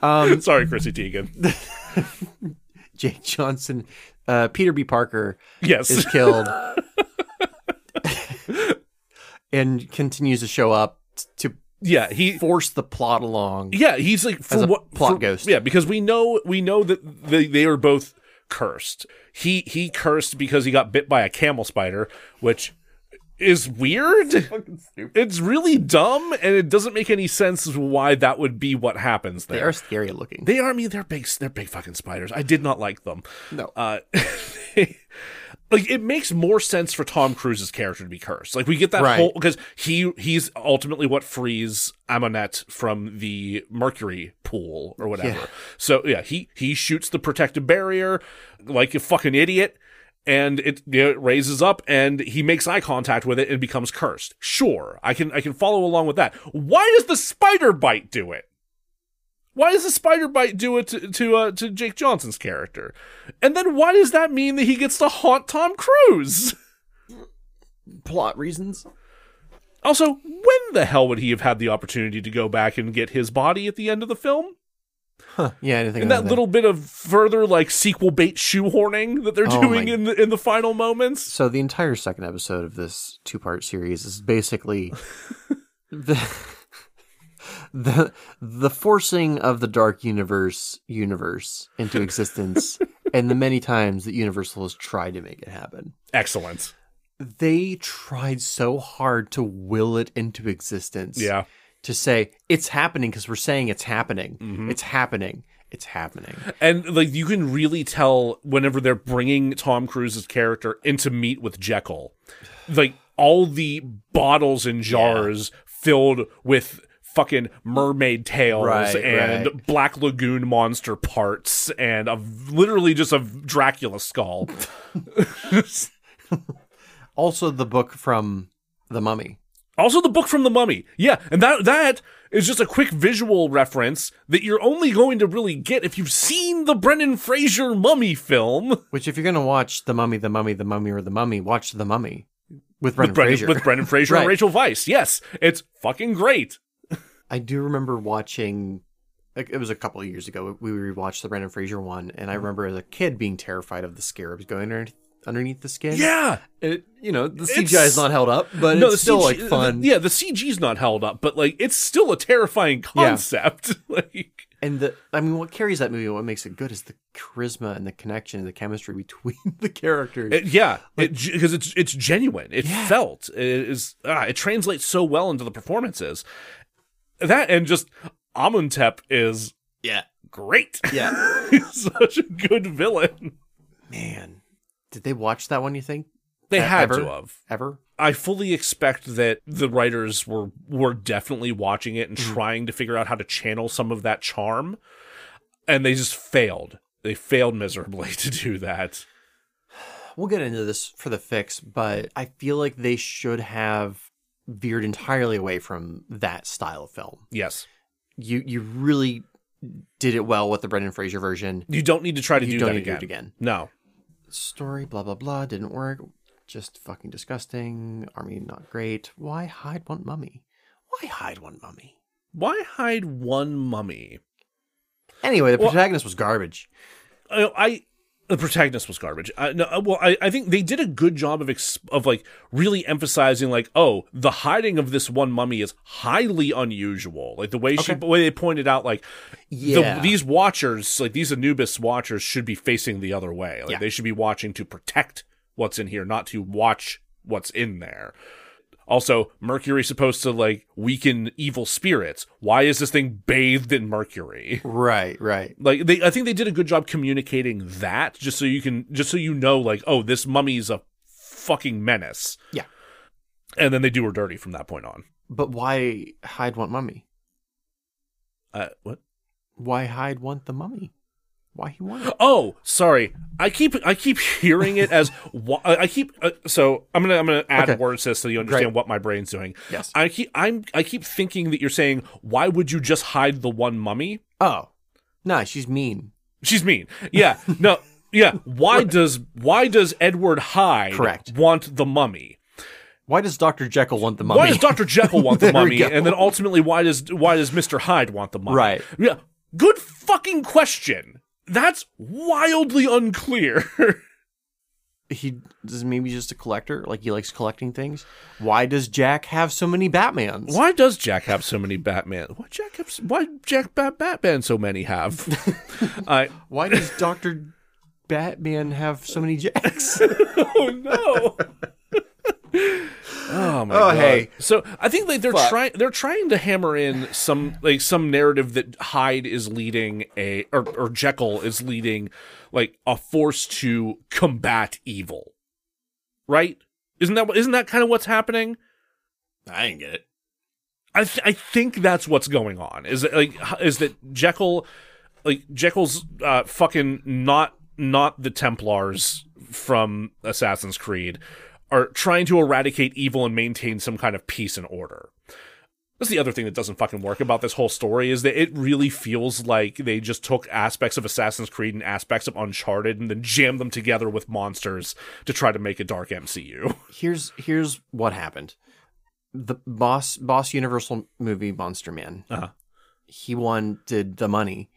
[SPEAKER 1] Um,
[SPEAKER 2] Sorry, Chrissy Teigen.
[SPEAKER 1] Jake Johnson, uh, Peter B. Parker is
[SPEAKER 2] Yes.
[SPEAKER 1] killed, and continues to show up to
[SPEAKER 2] Yeah, he
[SPEAKER 1] force the plot along.
[SPEAKER 2] Yeah, he's like for
[SPEAKER 1] As a
[SPEAKER 2] what
[SPEAKER 1] plot
[SPEAKER 2] for-
[SPEAKER 1] ghost.
[SPEAKER 2] Yeah, because we know we know that they they are both cursed. He he cursed because he got bit by a camel spider, which is weird. It's really dumb, and it doesn't make any sense as why that would be what happens
[SPEAKER 1] They
[SPEAKER 2] there.
[SPEAKER 1] are scary looking.
[SPEAKER 2] They are I mean they're big they're big fucking spiders. I did not like them.
[SPEAKER 1] No.
[SPEAKER 2] Uh like it makes more sense for Tom Cruise's character to be cursed. Like we get that
[SPEAKER 1] Right.
[SPEAKER 2] whole because he he's ultimately what frees Amonette from the Mercury pool or whatever.
[SPEAKER 1] Yeah.
[SPEAKER 2] So yeah, he he shoots the protective barrier like a fucking idiot. And it, you know, it raises up, and he makes eye contact with it, and becomes cursed. Sure, I can I can follow along with that. Why does the spider bite do it? Why does the spider bite do it to to, uh, to Jake Johnson's character? And then why does that mean that he gets to haunt Tom Cruise?
[SPEAKER 1] plot reasons.
[SPEAKER 2] Also, when the hell would he have had the opportunity to go back and get his body at the end of the film?
[SPEAKER 1] Huh. Yeah, I didn't think
[SPEAKER 2] And
[SPEAKER 1] about
[SPEAKER 2] that little bit of further like sequel bait shoehorning that they're
[SPEAKER 1] Oh
[SPEAKER 2] doing
[SPEAKER 1] my-
[SPEAKER 2] in the in the final moments.
[SPEAKER 1] So the entire second episode of this two-part series is basically the the the forcing of the dark universe universe into existence and the many times that Universal has tried to make it happen.
[SPEAKER 2] Excellent.
[SPEAKER 1] They tried so hard to will it into existence.
[SPEAKER 2] Yeah.
[SPEAKER 1] To say it's happening because we're saying it's happening.
[SPEAKER 2] Mm-hmm.
[SPEAKER 1] It's happening. It's happening.
[SPEAKER 2] And like you can really tell whenever they're bringing Tom Cruise's character into meet with Jekyll, like all the bottles and jars filled with fucking mermaid tails
[SPEAKER 1] Right,
[SPEAKER 2] and
[SPEAKER 1] right.
[SPEAKER 2] black lagoon monster parts and a literally just a Dracula skull.
[SPEAKER 1] Also, the book from The Mummy.
[SPEAKER 2] Also, the book from the Mummy. Yeah, and that that is just a quick visual reference that you're only going to really get if you've seen the Brendan Fraser Mummy film
[SPEAKER 1] Which, if you're gonna watch the Mummy, the Mummy, the Mummy, or the Mummy, watch the Mummy with Brendan
[SPEAKER 2] with Brendan,
[SPEAKER 1] Fraser.
[SPEAKER 2] with Brendan Fraser and
[SPEAKER 1] Right.
[SPEAKER 2] Rachel Weisz. Yes, it's fucking great.
[SPEAKER 1] I do remember watching. like, It was a couple of years ago. We rewatched the Brendan Fraser one, and I
[SPEAKER 2] Mm-hmm.
[SPEAKER 1] remember as a kid being terrified of the scarabs going underneath, underneath the skin.
[SPEAKER 2] Yeah,
[SPEAKER 1] it, you know the CGI
[SPEAKER 2] It's-
[SPEAKER 1] is not held up, but
[SPEAKER 2] no, the
[SPEAKER 1] it's still
[SPEAKER 2] CG
[SPEAKER 1] like fun.
[SPEAKER 2] the- yeah, the CG's not held up, but like it's still a terrifying concept. like,
[SPEAKER 1] And the, I mean, what carries that movie, what makes it good, is the charisma and the connection and the chemistry between the characters.
[SPEAKER 2] it, yeah, because it's it's genuine. It felt it is. ah, it translates so well into the performances. That and just Amuntep is
[SPEAKER 1] yeah,
[SPEAKER 2] great.
[SPEAKER 1] yeah.
[SPEAKER 2] He's such a good villain.
[SPEAKER 1] Man, did they watch that one? You think
[SPEAKER 2] They
[SPEAKER 1] Uh,
[SPEAKER 2] had
[SPEAKER 1] ever?
[SPEAKER 2] to have.
[SPEAKER 1] ever?
[SPEAKER 2] I fully expect that the writers were were definitely watching it and
[SPEAKER 1] Mm-hmm.
[SPEAKER 2] trying to figure out how to channel some of that charm, and they just failed. They failed miserably to do that.
[SPEAKER 1] we'll get into this for the fix, but I feel like they should have veered entirely away from that style of film.
[SPEAKER 2] Yes,
[SPEAKER 1] You you really did it well with the Brendan Fraser version.
[SPEAKER 2] you don't need to try to
[SPEAKER 1] You
[SPEAKER 2] do
[SPEAKER 1] don't
[SPEAKER 2] that
[SPEAKER 1] need to do
[SPEAKER 2] again.
[SPEAKER 1] it again.
[SPEAKER 2] No,
[SPEAKER 1] Story blah blah blah didn't work. Just fucking disgusting. Army not great. Why hide one mummy? Why hide one mummy?
[SPEAKER 2] why hide one mummy?
[SPEAKER 1] Anyway, the
[SPEAKER 2] Well-
[SPEAKER 1] protagonist was garbage.
[SPEAKER 2] I, I the protagonist was garbage. I, no, well, I, I think they did a good job of ex, of like really emphasizing like, oh, the hiding of this one mummy is highly unusual. Like the way she, the way they pointed out, like
[SPEAKER 1] Yeah.
[SPEAKER 2] the, these watchers, like these Anubis watchers, should be facing the other way. Like
[SPEAKER 1] Yeah.
[SPEAKER 2] they should be watching to protect what's in here, not to watch what's in there. Also, Mercury's supposed to like weaken evil spirits. Why is this thing bathed in mercury?
[SPEAKER 1] Right, right.
[SPEAKER 2] like they i think they did a good job communicating that just so you can just so you know like oh this mummy's a fucking menace
[SPEAKER 1] Yeah.
[SPEAKER 2] and then they do her dirty from that point on
[SPEAKER 1] But why hide one mummy?
[SPEAKER 2] uh what
[SPEAKER 1] Why hide want the mummy? Why he want it?
[SPEAKER 2] oh sorry i keep i keep hearing it as wh- i I keep uh, so i'm gonna i'm gonna add
[SPEAKER 1] Okay.
[SPEAKER 2] words to this so you understand
[SPEAKER 1] Great.
[SPEAKER 2] what my brain's doing
[SPEAKER 1] Yes.
[SPEAKER 2] i keep i'm i keep thinking that you're saying why would you just hide the one mummy
[SPEAKER 1] Oh. Nah, she's mean.
[SPEAKER 2] She's mean. Yeah. No. Yeah. Why does why does Edward Hyde
[SPEAKER 1] Correct.
[SPEAKER 2] want the mummy?
[SPEAKER 1] Why does Dr. Jekyll want the mummy?
[SPEAKER 2] Why does Doctor Jekyll want the
[SPEAKER 1] There we
[SPEAKER 2] mummy,
[SPEAKER 1] go.
[SPEAKER 2] and then ultimately why does why does Mister Hyde want the mummy?
[SPEAKER 1] Right.
[SPEAKER 2] Yeah. Good fucking question. That's wildly unclear.
[SPEAKER 1] he is maybe just a collector, like he likes collecting things. Why does Jack have so many Batmans?
[SPEAKER 2] why does Jack have so many Batman? Why Jack have? s- Why Jack Bat Batman so many have? I
[SPEAKER 1] Why does Doctor Batman have so many Jacks?
[SPEAKER 2] oh no. Oh my
[SPEAKER 1] Oh,
[SPEAKER 2] god.
[SPEAKER 1] hey.
[SPEAKER 2] So I think like they're
[SPEAKER 1] Fuck.
[SPEAKER 2] trying they're trying to hammer in some like some narrative that Hyde is leading a or or Jekyll is leading like a force to combat evil. Right? Isn't that what- isn't that kind of what's happening?
[SPEAKER 1] I didn't get it.
[SPEAKER 2] I th- I think that's what's going on. Is that, like h- is that Jekyll, like Jekyll's uh, fucking not not the Templars from Assassin's Creed are trying to eradicate evil and maintain some kind of peace and order. That's the other thing that doesn't fucking work about this whole story is that it really feels like they just took aspects of Assassin's Creed and aspects of Uncharted and then jammed them together with monsters to try to make a dark MCU.
[SPEAKER 1] Here's here's what happened. The boss boss Universal movie Monster Man.
[SPEAKER 2] Uh-huh.
[SPEAKER 1] He wanted the money.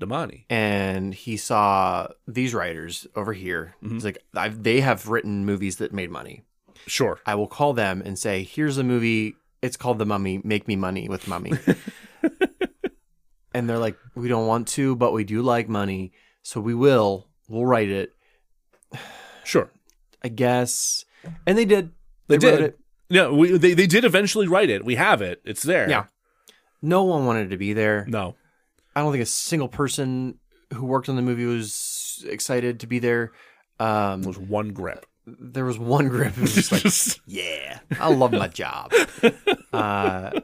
[SPEAKER 2] Damani.
[SPEAKER 1] and he saw these writers over here.
[SPEAKER 2] Mm-hmm.
[SPEAKER 1] He's like, I've, they have written movies that made money.
[SPEAKER 2] Sure.
[SPEAKER 1] I will call them and say, here's a movie. It's called The Mummy. Make me money with Mummy. and they're like, we don't want to, but we do like money. So we will. We'll write it,
[SPEAKER 2] Sure.
[SPEAKER 1] I guess. And they did.
[SPEAKER 2] They,
[SPEAKER 1] wrote
[SPEAKER 2] did.
[SPEAKER 1] it.
[SPEAKER 2] Yeah, we, they they did eventually write it. We have it. It's there.
[SPEAKER 1] Yeah. No one wanted to be there.
[SPEAKER 2] No.
[SPEAKER 1] I don't think a single person who worked on the movie was excited to be there. Um,
[SPEAKER 2] There's one grip.
[SPEAKER 1] there was one grip who was just like, yeah, I love my job. Uh,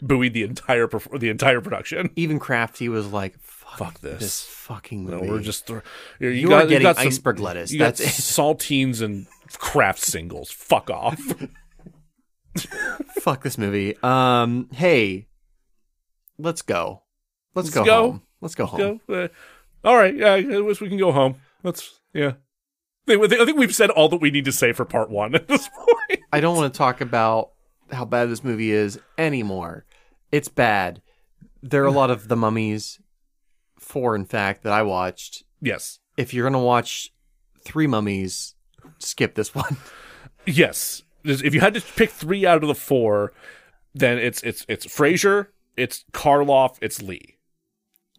[SPEAKER 2] buoyed the entire perf- the entire production.
[SPEAKER 1] even Crafty was like, fuck,
[SPEAKER 2] Fuck this.
[SPEAKER 1] this. fucking
[SPEAKER 2] No,
[SPEAKER 1] movie.
[SPEAKER 2] we're just thr- you,
[SPEAKER 1] you, are getting iceberg lettuce.
[SPEAKER 2] You
[SPEAKER 1] That's
[SPEAKER 2] got
[SPEAKER 1] it.
[SPEAKER 2] saltines and craft singles. Fuck off.
[SPEAKER 1] fuck this movie. Um, hey, let's go. Let's,
[SPEAKER 2] Let's
[SPEAKER 1] go,
[SPEAKER 2] go.
[SPEAKER 1] home. Let's go home.
[SPEAKER 2] Go. Uh, all right. Yeah, I wish we can go home. That's yeah. I think I think we've said all that we need to say for part one at this point.
[SPEAKER 1] I don't want to talk about how bad this movie is anymore. It's bad. There are a lot of the mummies, four in fact, that I watched.
[SPEAKER 2] Yes.
[SPEAKER 1] If you're gonna watch three mummies, skip this one.
[SPEAKER 2] Yes. Just- If you had to pick three out of the four, then it's it's it's Frasier, it's Karloff, it's Lee.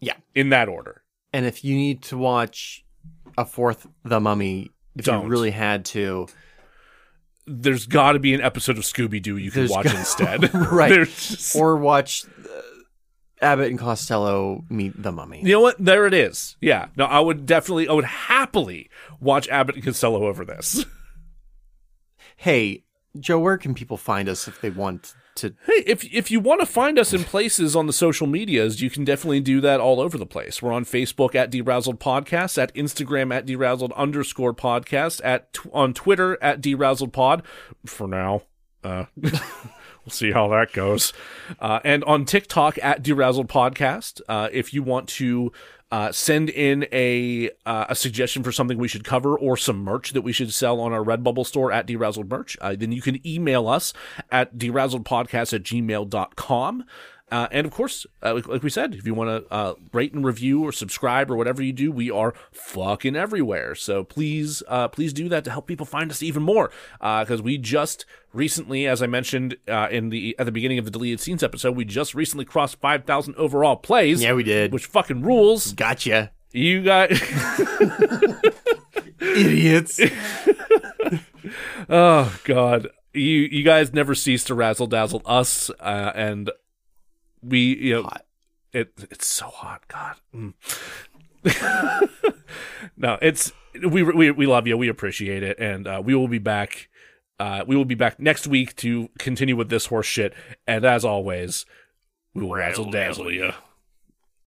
[SPEAKER 1] Yeah.
[SPEAKER 2] In that order.
[SPEAKER 1] And if you need to watch a fourth The Mummy, if
[SPEAKER 2] Don't.
[SPEAKER 1] you really had to,
[SPEAKER 2] There's got to be an episode of Scooby Doo you can
[SPEAKER 1] There's
[SPEAKER 2] watch
[SPEAKER 1] got-
[SPEAKER 2] instead.
[SPEAKER 1] Right.
[SPEAKER 2] There's just-
[SPEAKER 1] or watch uh, Abbott and Costello meet The Mummy.
[SPEAKER 2] you know what? There it is. Yeah. No, I would definitely, I would happily watch Abbott and Costello over this.
[SPEAKER 1] Hey, Joe, where can people find us if they want to?
[SPEAKER 2] Hey, if if you want to find us in places on the social medias, you can definitely do that all over the place. We're on Facebook at Derazzled Podcast, at Instagram at Derazzled underscore podcast, at tw- on Twitter at Derazzled Pod. For now, uh, we'll see how that goes. Uh, and on TikTok at Derazzled Podcast. Uh, if you want to. Uh, send in a uh, a suggestion for something we should cover or some merch that we should sell on our Redbubble store at Derazzled Merch. Uh, then you can email us at derazzledpodcast at gmail.com. Uh, and of course, uh, like, like we said, if you want to uh, rate and review or subscribe or whatever you do, we are fucking everywhere. So please, uh, please do that to help people find us even more. Because we just recently, as I mentioned uh, in the at the beginning of the deleted scenes episode, we just recently crossed five thousand overall plays.
[SPEAKER 1] Yeah, we did.
[SPEAKER 2] Which fucking rules.
[SPEAKER 1] Gotcha,
[SPEAKER 2] You got
[SPEAKER 1] idiots.
[SPEAKER 2] oh god, you you guys never cease to razzle dazzle us, uh, and we you know
[SPEAKER 1] Hot.
[SPEAKER 2] it it's so hot. God, Mm. no, it's we we we love you. We appreciate it, and uh, we will be back. Uh, we will be back next week to continue with this horse shit, and as always, we will razzle dazzle you.